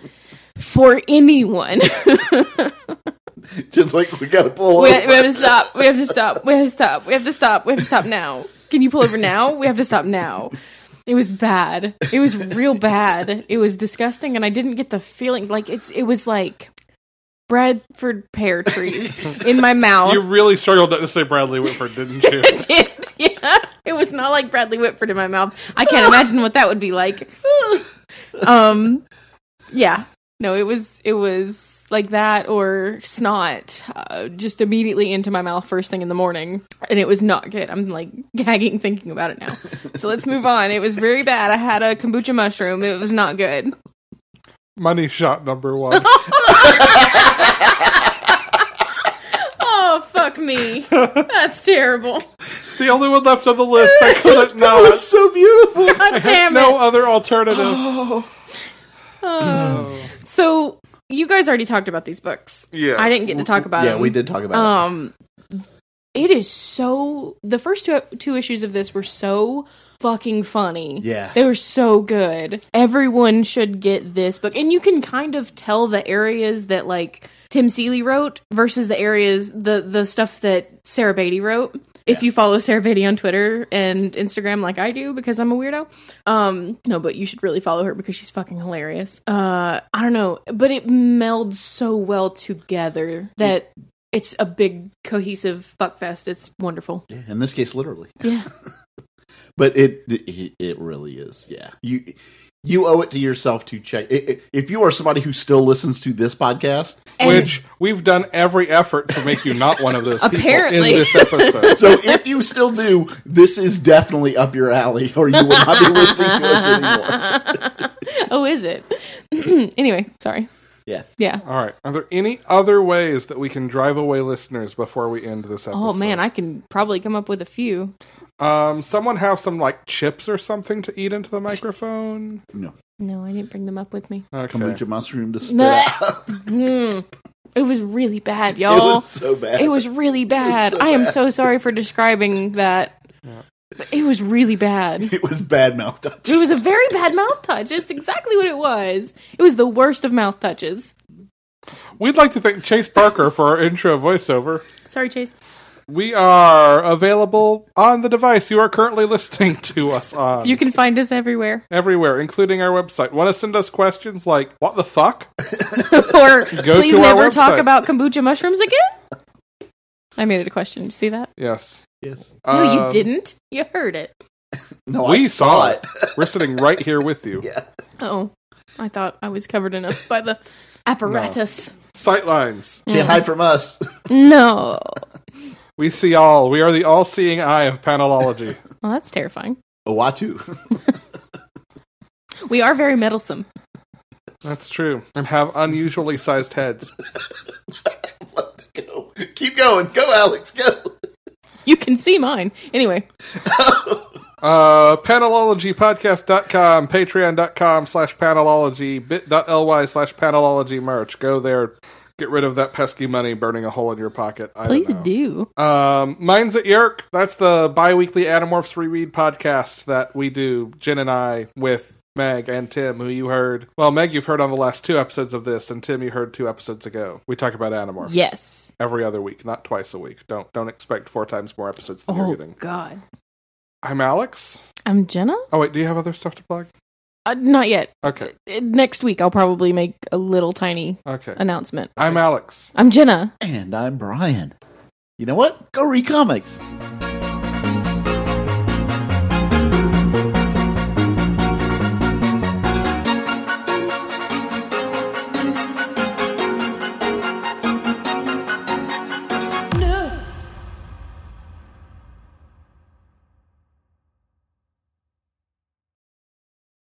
S1: for anyone.
S3: Just like we gotta pull
S1: we,
S3: over.
S1: we have to stop. We have to stop. We have to stop. We have to stop. We have to stop now. Can you pull over now? We have to stop now. It was bad. It was real bad. It was disgusting, and I didn't get the feeling like it's. It was like Bradford pear trees in my mouth.
S2: You really struggled not to say Bradley Whitford, didn't you?
S1: I did. Yeah, it was not like Bradley Whitford in my mouth. I can't imagine what that would be like. Um, yeah, no, it was it was like that or snot, uh, just immediately into my mouth first thing in the morning, and it was not good. I'm like gagging thinking about it now. So let's move on. It was very bad. I had a kombucha mushroom. It was not good.
S2: Money shot number one.
S1: Oh fuck me, that's terrible.
S2: the only one left on the list. I couldn't
S3: that
S2: know.
S3: was so beautiful.
S1: God damn it.
S2: no uh other alternative.
S1: So you guys already talked about these books.
S2: Yes.
S1: I didn't get to talk about
S3: yeah,
S1: them.
S3: we did talk about it.
S1: Um, it is so. The first two two issues of this were so fucking funny.
S3: Yeah.
S1: they were so good. Everyone should get this book, and you can kind of tell the areas that like Tim Seeley wrote versus the areas the the stuff that Sarah Beatty wrote. If you follow Sarah Beatty on Twitter and Instagram like I do because I'm a weirdo, um, no, but you should really follow her because she's fucking hilarious. Uh, I don't know, but it melds so well together that it's a big cohesive fuckfest. It's wonderful.
S3: Yeah, in this case, literally.
S1: Yeah.
S3: But it it, it really is. Yeah, you you owe it to yourself to check. i- i- If you are somebody who still listens to this podcast,
S1: And
S2: Which we've done every effort to make you not one of those
S1: Apparently.
S2: people in this episode.
S3: so if you still do, this is definitely up your alley, or you will not be listening to us anymore.
S1: oh, is it? anyway, sorry.
S3: Yeah,
S1: Yeah.
S2: All right. Are there any other ways that we can drive away listeners before we end this episode?
S1: Oh man, I can probably come up with a few.
S2: Um, someone have some like chips or something to eat into the microphone.
S3: no
S1: No, I didn't bring them up with me.
S2: Okay.
S3: kombucha mushroom to spit
S1: Blech.
S3: out.
S1: Mm. It was really bad, y'all.
S3: It was so bad.
S1: Oh. It was really bad.
S3: so
S1: I am
S3: bad.
S1: so sorry for describing that. But It was really bad.
S3: it was bad mouth touch.
S1: It was a very bad mouth touch. It's exactly what it was. It was the worst of mouth touches.
S2: We'd like to thank Chase Parker for our intro voiceover.
S1: Sorry, Chase.
S2: We are available on the device you are currently listening to us on.
S1: You can find us everywhere.
S2: everywhere, including our website. Want to send us questions like "What the fuck?"
S1: or
S2: Go
S1: please
S2: to our
S1: never talk
S2: website.
S1: about kombucha mushrooms again? I made it a question. You see that?
S2: Yes,
S3: Yes.
S1: no, you
S2: Um,
S1: didn't. You heard it.
S3: No,
S2: We
S3: I
S2: saw
S3: saw
S2: it.
S3: it.
S2: We're sitting right here with you.
S3: yeah.
S1: Oh, I thought I was covered enough by the apparatus.
S2: Sightlines.
S3: Can't hide from us.
S1: No.
S2: We see all. We are the all-seeing eye of panelology.
S1: Well, that's terrifying.
S3: Owatu.
S1: We are very meddlesome.
S2: That's true. And have unusually sized heads.
S3: Let it go. Keep going. Go, Alex. Go.
S1: You can see mine. Anyway,
S2: Uh, panelologypodcast.com, patreon.com slash panelology, bit.ly slash panelology merch. Go there. Get rid of that pesky money burning a hole in your pocket. I
S1: please
S2: don't know.
S1: do.
S2: Um, mine's at Yerk. That's the bi-weekly Animorphs Reread podcast that we do, Jen and I, with Meg and Tim, who you heard. Well, Meg, you've heard on the last two episodes of this, and Tim, you heard two episodes ago. We talk about Animorphs.
S1: Yes.
S2: Every other week, not twice a week. Don't don't expect four times more episodes than
S1: Oh
S2: you're getting.
S1: God.
S2: I'm Alex.
S1: I'm Jenna.
S2: Oh wait, do you have other stuff to plug?
S1: Uh, not yet.
S2: Okay.
S1: Uh, Next week, I'll probably make a little tiny
S2: Okay.
S1: announcement.
S2: I'm Alex.
S1: I'm Jenna.
S3: And I'm Brian. You know what? Go read comics.